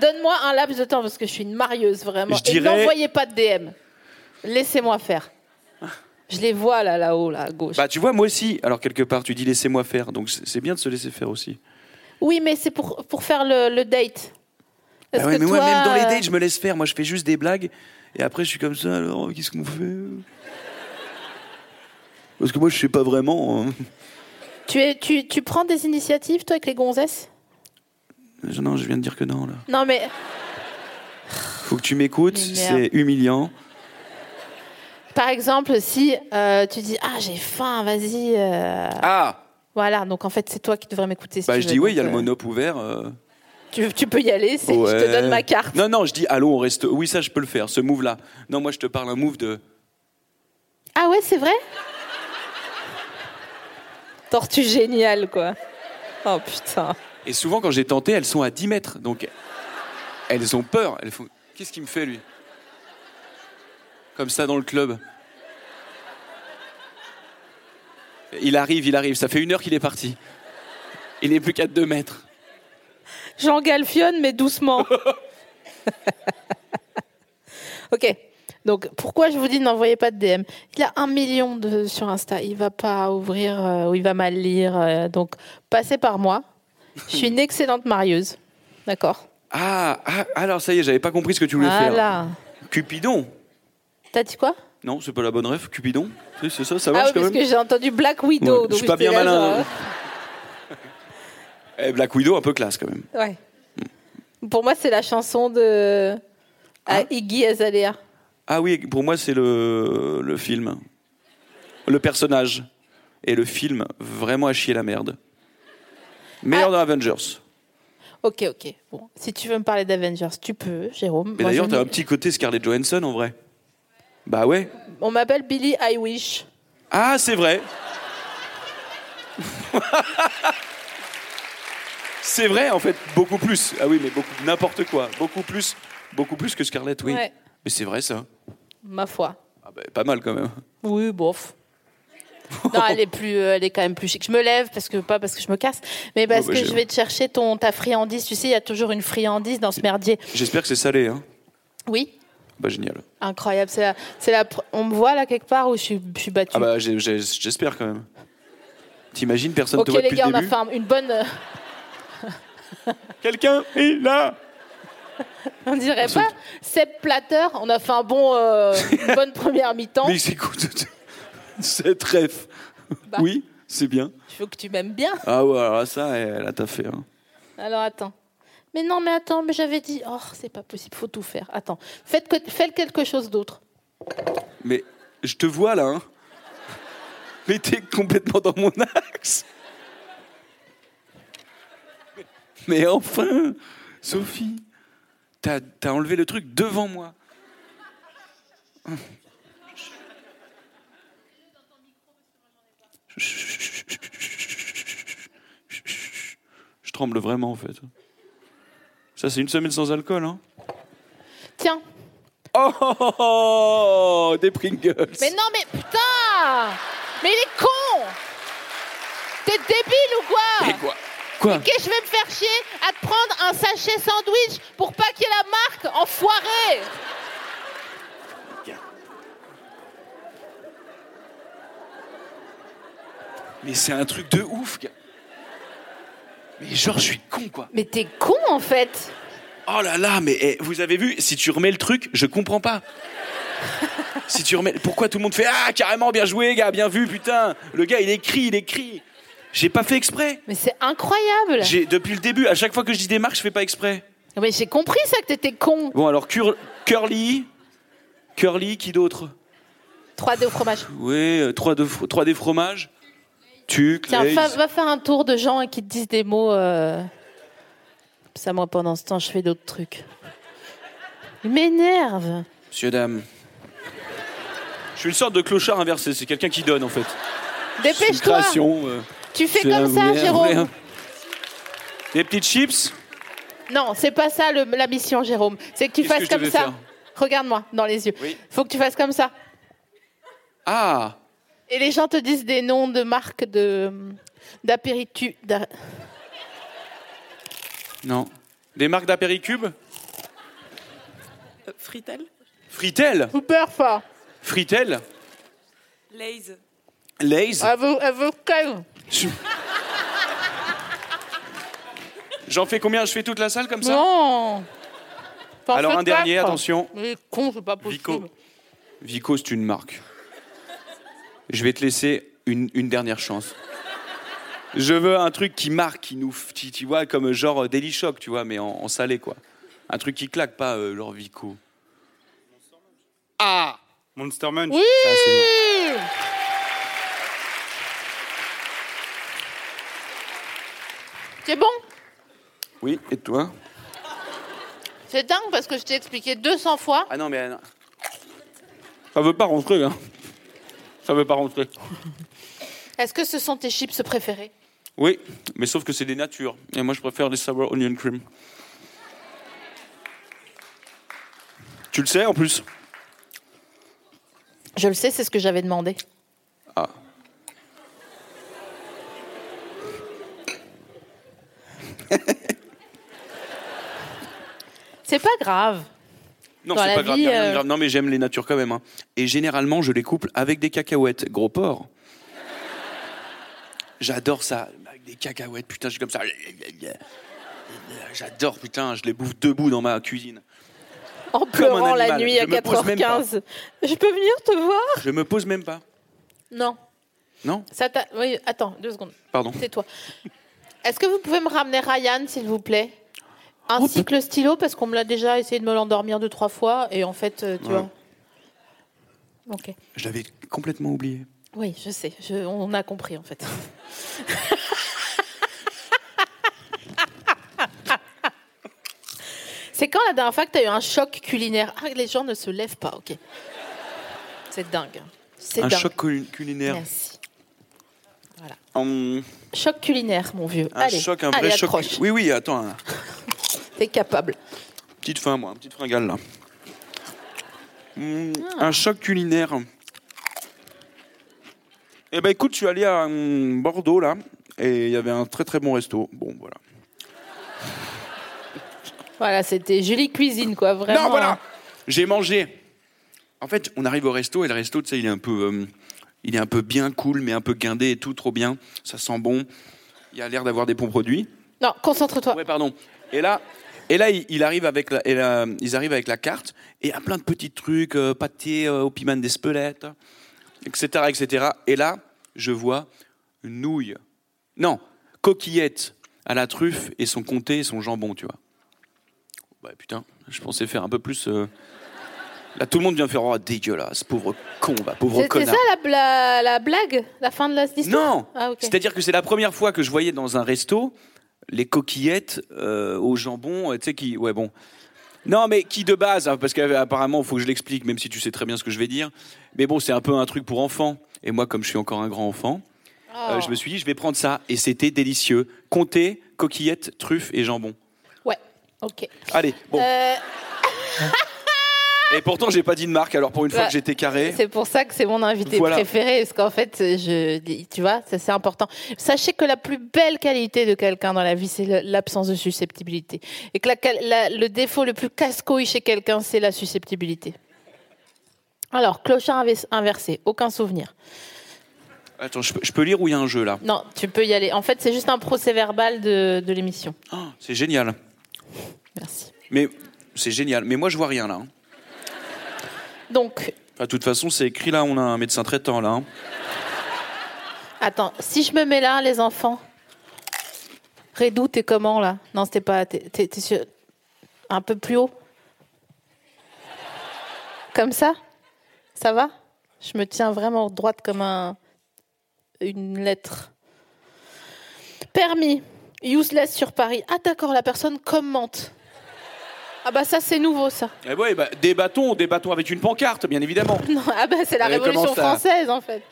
B: Donne-moi un laps de temps parce que je suis une marieuse, vraiment.
C: Je
B: Et
C: dirais-
B: n'envoyez pas de DM. Laissez-moi faire. Je les vois là, là-haut, là, à gauche.
C: Bah, tu vois, moi aussi. Alors, quelque part, tu dis laissez-moi faire. Donc, c'est c'est bien de se laisser faire aussi.
B: Oui, mais c'est pour, pour faire le, le date. Est-ce
C: Ah ouais,
B: que
C: mais moi,
B: toi,
C: même dans les
B: euh,
C: dates, je me laisse faire. Moi, je fais juste des blagues. Et après, je suis comme ça. Alors, qu'est-ce qu'on fait Parce que moi, je sais pas vraiment. hein.
B: Tu, es, tu, tu prends des initiatives, toi, avec les gonzesses
C: Je- Non, je viens de dire que non, là.
B: Non, mais
C: Faut que tu m'écoutes.
B: Mais merde.
C: C'est humiliant.
B: par exemple, si euh, tu dis Ah, j'ai faim, vas-y. euh,
C: Ah
B: Voilà, donc en fait, c'est toi qui devrais m'écouter. si
C: Bah,
B: tu
C: je
B: veux.
C: dis oui, il y a
B: Donc,
C: le
B: euh,
C: monop ouvert. euh.
B: Tu, tu peux y aller, c'est- je te
C: Ouais.
B: donne ma carte.
C: Non, non, je dis allô, on reste. Oui, ça, je peux le faire, ce move-là. Non, moi, je te parle un move de.
B: Ah ouais, c'est vrai
A: Tortue géniale, quoi. Oh putain.
C: Et souvent, quand j'ai tenté, elles sont à 10 mètres. Donc, elles ont peur. Elles font Qu'est-ce qu'il me fait, lui Comme ça, dans le club. Il arrive, il arrive. Ça fait une heure qu'il est parti. Il n'est plus qu'à 2 mètres.
A: Jean Galfionne, mais doucement.
B: Ok. Donc pourquoi je vous dis n'envoyez pas de DM Il a un million de sur Insta, il va pas ouvrir euh, ou il va mal lire. euh, donc passez par moi. Je suis une excellente marieuse, d'accord
C: Ah, ah, alors ça y est, j'avais pas compris ce que tu voulais faire.
B: Voilà.
C: Cupidon
B: T'as dit quoi
C: Non, c'est pas la bonne ref. Cupidon C'est c'est ça, ça
B: Ah
C: marche
B: oui,
C: quand
B: parce
C: même
B: que j'ai entendu Black Widow.
C: Ouais,
B: donc
C: Je suis pas
B: j'étais
C: bien
B: là,
C: malin.
B: genre,
C: Eh, Black Widow, un peu classe quand même.
A: Ouais.
B: Pour moi, c'est la chanson de
C: Hein?
B: à Iggy Azalea.
C: Ah oui, pour moi, c'est le, le film. Le personnage. Et le film, vraiment à chier la merde.
B: Ah.
C: Meilleur dans Avengers.
B: Ok, ok. Bon, si tu veux me parler d'Avengers, tu peux, Jérôme.
C: Mais
B: Moi,
C: d'ailleurs,
B: je
C: t'as un
B: n'ai-
C: petit côté Scarlett Johansson en vrai. Bah ouais.
B: On m'appelle Billy I Wish.
C: Ah, c'est vrai. c'est vrai, en fait, beaucoup plus. Ah oui, mais beaucoup, n'importe quoi. Beaucoup plus, beaucoup plus que Scarlett, oui.
B: Ouais.
C: Mais c'est vrai, ça.
B: Ma foi.
C: Ah bah, pas mal quand même.
B: Oui, bof. non, elle est plus, euh, elle est quand même plus chic. Je me lève parce que pas parce que je me casse, mais parce
C: Oh, bah,
B: que
C: j'ai-
B: je vais te chercher ton ta friandise. Tu sais, il y a toujours une friandise dans ce merdier.
C: J'espère que c'est salé, hein.
B: Oui,
C: Bah génial.
B: incroyable. C'est la, c'est la, pr- on me voit là quelque part où je suis, je suis battue.
C: Ah bah j'ai- j'ai- j'espère quand même. T'imagines, personne
B: ok,
C: te voit
B: les
C: depuis
B: gars,
C: le
B: on a
C: début.
B: fait un- une bonne. euh,
C: Quelqu'un est là
B: on dirait pas. Sepp Platter, on a fait un bon, euh, une bonne première mi-temps.
C: Mais écoute, cette ref.
B: Bah.
C: Oui, c'est bien.
B: Je veux que tu m'aimes bien.
C: Ah ouais, alors ça, elle a taffé. Hein.
B: Alors attends. Mais non, mais attends, mais j'avais dit. Oh, c'est pas possible. Faut tout faire. Attends. Faites, que- faites quelque chose d'autre.
C: Mais je te vois là. Hein. Mais t'es complètement dans mon axe. Mais enfin, Sophie, t'as t'as enlevé le truc devant moi. Je tremble vraiment en fait. Ça, c'est une semaine sans alcool, hein
B: Tiens.
C: Oh, oh, oh, oh, des Pringles.
B: Mais non, mais putain Mais il est con T'es débile ou quoi
C: Mais quoi Quoi
B: Que je vais me faire chier à te prendre un sachet sandwich pour pas qu'il y ait la marque, enfoiré
C: Mais c'est un truc de ouf, gars. Mais genre, je suis con, quoi.
B: Mais t'es con en fait
C: Oh là là, mais eh, vous avez vu, si tu remets le truc, je comprends pas. si tu remets. Pourquoi tout le monde fait Ah, carrément, bien joué, gars, bien vu, putain. Le gars, il écrit, il écrit. J'ai pas fait exprès.
B: Mais c'est incroyable
C: J'ai Depuis le début, à chaque fois que je dis des marques, je fais pas exprès.
B: Mais j'ai compris ça que t'étais con
C: Bon, alors, Cur- Curly. Curly, qui d'autre
B: 3D au fromage.
C: Oui, 3D, fro- 3D fromage. Tu,
B: Tiens,
C: Lays.
B: fa- va faire un tour de gens qui te disent des mots. euh, ça, moi, pendant ce temps, je fais d'autres trucs. Il m'énerve.
C: Monsieur, dame. Je suis une sorte de clochard inversé, c'est quelqu'un qui donne en fait. C'est une
B: Dépêche-toi.
C: création. euh,
B: Tu fais
C: c'est un
B: comme ça,
C: vrai- un
B: Jérôme.
C: vrai- Des petites chips
B: Non, c'est pas ça le- la mission, Jérôme. C'est que tu
C: Qu'est-ce
B: fasses
C: que je
B: comme
C: devais
B: ça.
C: faire
B: Regarde-moi dans les yeux.
C: Oui.
B: Faut que tu fasses comme ça.
C: Ah
B: Et les gens te disent des noms de marques de d'apéritifs. d'a-
C: Non. Des marques d'apéricube
D: Euh, Fritel
C: Fritel
B: Super fort.
C: Fritel
D: Lays.
C: Lays
B: Elle veut, elle veut qu'elle.
C: Je- J'en fais combien Je fais toute la salle comme ça
B: Non. T'en
C: Alors
B: fais
C: un dernier,
B: quatre.
C: attention.
B: Mais con, c'est pas possible.
C: Vico. Vico, c'est une marque. Je vais te laisser une, une dernière chance. Je veux un truc qui marque, qui nous, f- tu, tu vois, comme genre euh, Daily Shock, tu vois, mais en, en salé, quoi. Un truc qui claque, pas euh, genre Vico.
E: Ah Monster Munch.
B: Oui.
C: Ça, c'est bon.
B: C'est bon.
C: Oui, et toi
B: C'est dingue parce que je t'ai expliqué 200 fois.
C: Ah non, mais... euh, non. Ça veut pas rentrer, hein. Ça veut pas rentrer.
B: Est-ce que ce sont tes chips préférés
C: Oui, mais sauf que c'est des natures. Et moi, je préfère les sour onion cream. Tu le sais, en plus
B: Je le sais, c'est ce que j'avais demandé.
C: Ah.
B: C'est pas grave.
C: Non,
B: Dans
C: c'est
B: la
C: pas grave,
B: vie,
C: y a rien de
B: euh,
C: grave. Non, mais j'aime les natures quand même. hein. Et généralement, je les couple avec des cacahuètes. Gros porc. J'adore ça. Avec des cacahuètes, putain, je suis comme ça. J'adore, putain, je les bouffe debout dans ma cuisine.
A: En
C: un
A: pleurant la
C: animal,
A: nuit à
C: je me pose même pas.
A: 4h15. Je peux venir te voir
C: Je me pose même pas.
B: Non.
C: Non
B: Ça t'a- oui, attends, deux secondes.
C: Pardon.
B: Tais-toi. Est-ce que vous pouvez me ramener Ryan, s'il vous plaît Ainsi que le stylo, parce qu'on me l'a déjà essayé de me l'endormir deux, trois fois, et en fait, euh, tu
C: Ouais.
B: vois. Ok.
C: Je l'avais complètement oublié.
B: Oui, je sais. Je- on a compris, en fait. C'est quand la dernière fois que tu as eu un choc culinaire Ah, les gens ne se lèvent pas, ok. C'est dingue. C'est
C: Un
B: dingue.
C: choc cul- culinaire.
B: Merci.
C: Hum,
B: Choc culinaire, mon vieux.
C: un
B: allez,
C: choc, un
B: allez,
C: vrai choc.
B: accroche.
C: Oui, oui, attends. hein.
B: T'es capable.
C: Petite faim, moi, petite fringale, là. Mmh, Un choc culinaire. Eh ben, écoute, je suis allé à hum, Bordeaux, là, et il y avait un très très bon resto. Bon, voilà.
B: Voilà, c'était Julie Cuisine, quoi, vraiment. hein.
C: non, voilà J'ai mangé. En fait, on arrive au resto, et le resto, tu sais, il est un peu... euh, il est un peu bien cool, mais un peu guindé et tout, trop bien. Ça sent bon. Il a l'air d'avoir des bons produits.
B: Non, concentre-toi.
C: Ouais, pardon. Et là, et là, il, il arrive avec la, et la- ils arrivent avec la carte et il y a plein de petits trucs, euh, pâté euh, au piment d'Espelette, etc., etc. Et là, je vois une nouille, non, coquillette à la truffe et son comté et son jambon, tu vois. Bah putain, je pensais faire un peu plus. euh. Là, tout le monde vient faire oh dégueulasse, pauvre con, bah, pauvre
B: C'était
C: connard.
B: ça la, bla- la blague La fin de la histoire
C: Non
B: Ah, ok.
C: C'est-à-dire que c'est la première fois que je voyais dans un resto les coquillettes euh, au jambon, euh, tu sais qui... Ouais, bon. Non, mais qui de base, hein, parce qu'apparemment, il faut que je l'explique, même si tu sais très bien ce que je vais dire. Mais bon, c'est un peu un truc pour enfants. Et moi, comme je suis encore un grand enfant, euh,
B: Oh.
C: je me suis dit, je vais prendre ça. Et c'était délicieux. Comté, coquillettes, truffes et jambon.
B: Ouais, ok.
C: Allez, bon.
B: Euh,
C: Et pourtant, j'ai pas dit de marque, alors pour une fois
B: bah,
C: que j'étais carré...
B: C'est pour ça que c'est mon invité
C: Voilà.
B: préféré, parce qu'en fait, je, dis- tu vois, ça c'est important. Sachez que la plus belle qualité de quelqu'un dans la vie, c'est le- l'absence de susceptibilité. Et que la- la- le défaut le plus casse-couille chez quelqu'un, c'est la susceptibilité. Alors, clochard inves- inversé, aucun souvenir.
C: Attends, je peux- je peux lire où il y a un jeu, là
B: Non, tu peux y aller. En fait, c'est juste un procès-verbal de, de l'émission.
C: Oh, C'est génial.
B: Merci.
C: Mais... C'est génial. Mais moi, je vois rien, là. hein.
B: Donc,
C: Enfin, Bah, De toute façon, c'est écrit là, on a un médecin traitant là. hein.
B: attends, si je me mets là, les enfants, Redou, t'es comment là Non, c'était pas. T'es t'es- t'es sur- un peu plus haut Comme ça Ça va Je me tiens vraiment droite comme un. une lettre. Permis. Useless sur Paris. Ah d'accord, la personne commente. Ah bah ça c'est nouveau ça.
C: Eh ouais, bah, des bâtons, des bâtons avec une pancarte, bien évidemment.
B: Non, ah bah c'est la
C: Mais comment
B: révolution
C: ça
B: française en fait.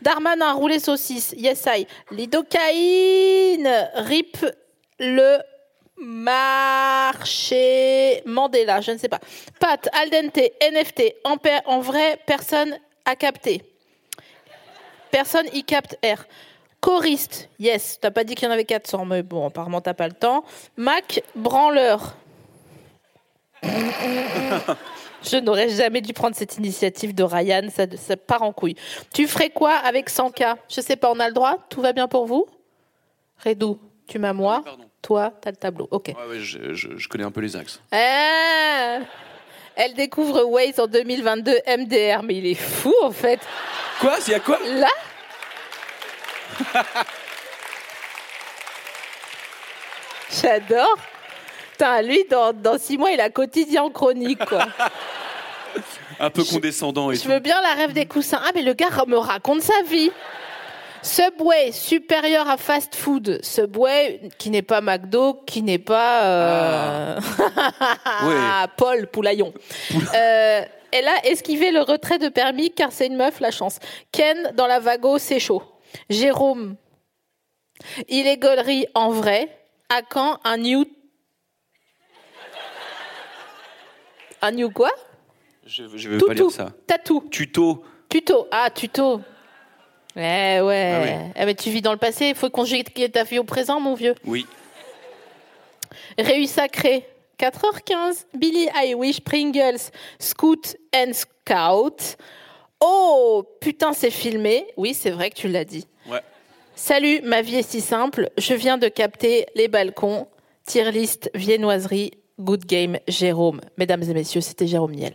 B: Darmanin roulé saucisse. Yes I. Lidocaïne rip le marché Mandela, je ne sais pas. Pat al dente NFT en, pa- en vrai personne a capté. Personne y capte R. Choriste, yes, t'as pas dit qu'il y en avait 400, mais bon, apparemment t'as pas le temps. Mac, branleur. Je n'aurais jamais dû prendre cette initiative de Ryan, ça, ça part en couille. Tu ferais quoi avec 100K Je sais pas, on a le droit Tout va bien pour vous Redou, tu m'as moi,
C: pardon.
B: toi, t'as le tableau. Ok.
C: Ouais, ouais, je, je- je connais un peu les axes.
B: Ah Elle découvre Waze en 2022 MDR, mais il est fou en fait.
C: Quoi C'est à quoi
B: Là J'adore. Putain, lui, dans, dans six mois, il a quotidien en chronique, quoi.
C: Un peu condescendant et
B: Je
C: tout.
B: veux bien la rêve des coussins. Ah, mais le gars me raconte sa vie. Subway, supérieur à fast food. Subway, qui n'est pas McDo, qui n'est pas. euh,
C: Ah. Oui.
B: Paul Poulaillon. Euh, elle a esquivé le retrait de permis car c'est une meuf, la chance. Ken, dans la Vago, c'est chaud. Jérôme, il est gaulerie en vrai. À quand un new. Un new quoi
C: Je, je veux pas
B: Toutou.
C: lire ça.
B: Tatou.
C: Tuto.
B: Tuto. Ah, tuto. Eh ouais.
C: Ah oui.
B: Eh ben, tu vis dans le passé. Il faut conjuguer ta vie au présent, mon vieux.
C: Oui.
B: Réus sacré. 4h15. Billy I Wish. Pringles. Scoot and Scout. Oh, putain, c'est filmé. Oui, c'est vrai que tu l'as dit.
C: Ouais.
B: Salut, ma vie est si simple. Je viens de capter les balcons. Tier list, viennoiserie, good game, Jérôme. Mesdames et messieurs, c'était Jérôme Niel.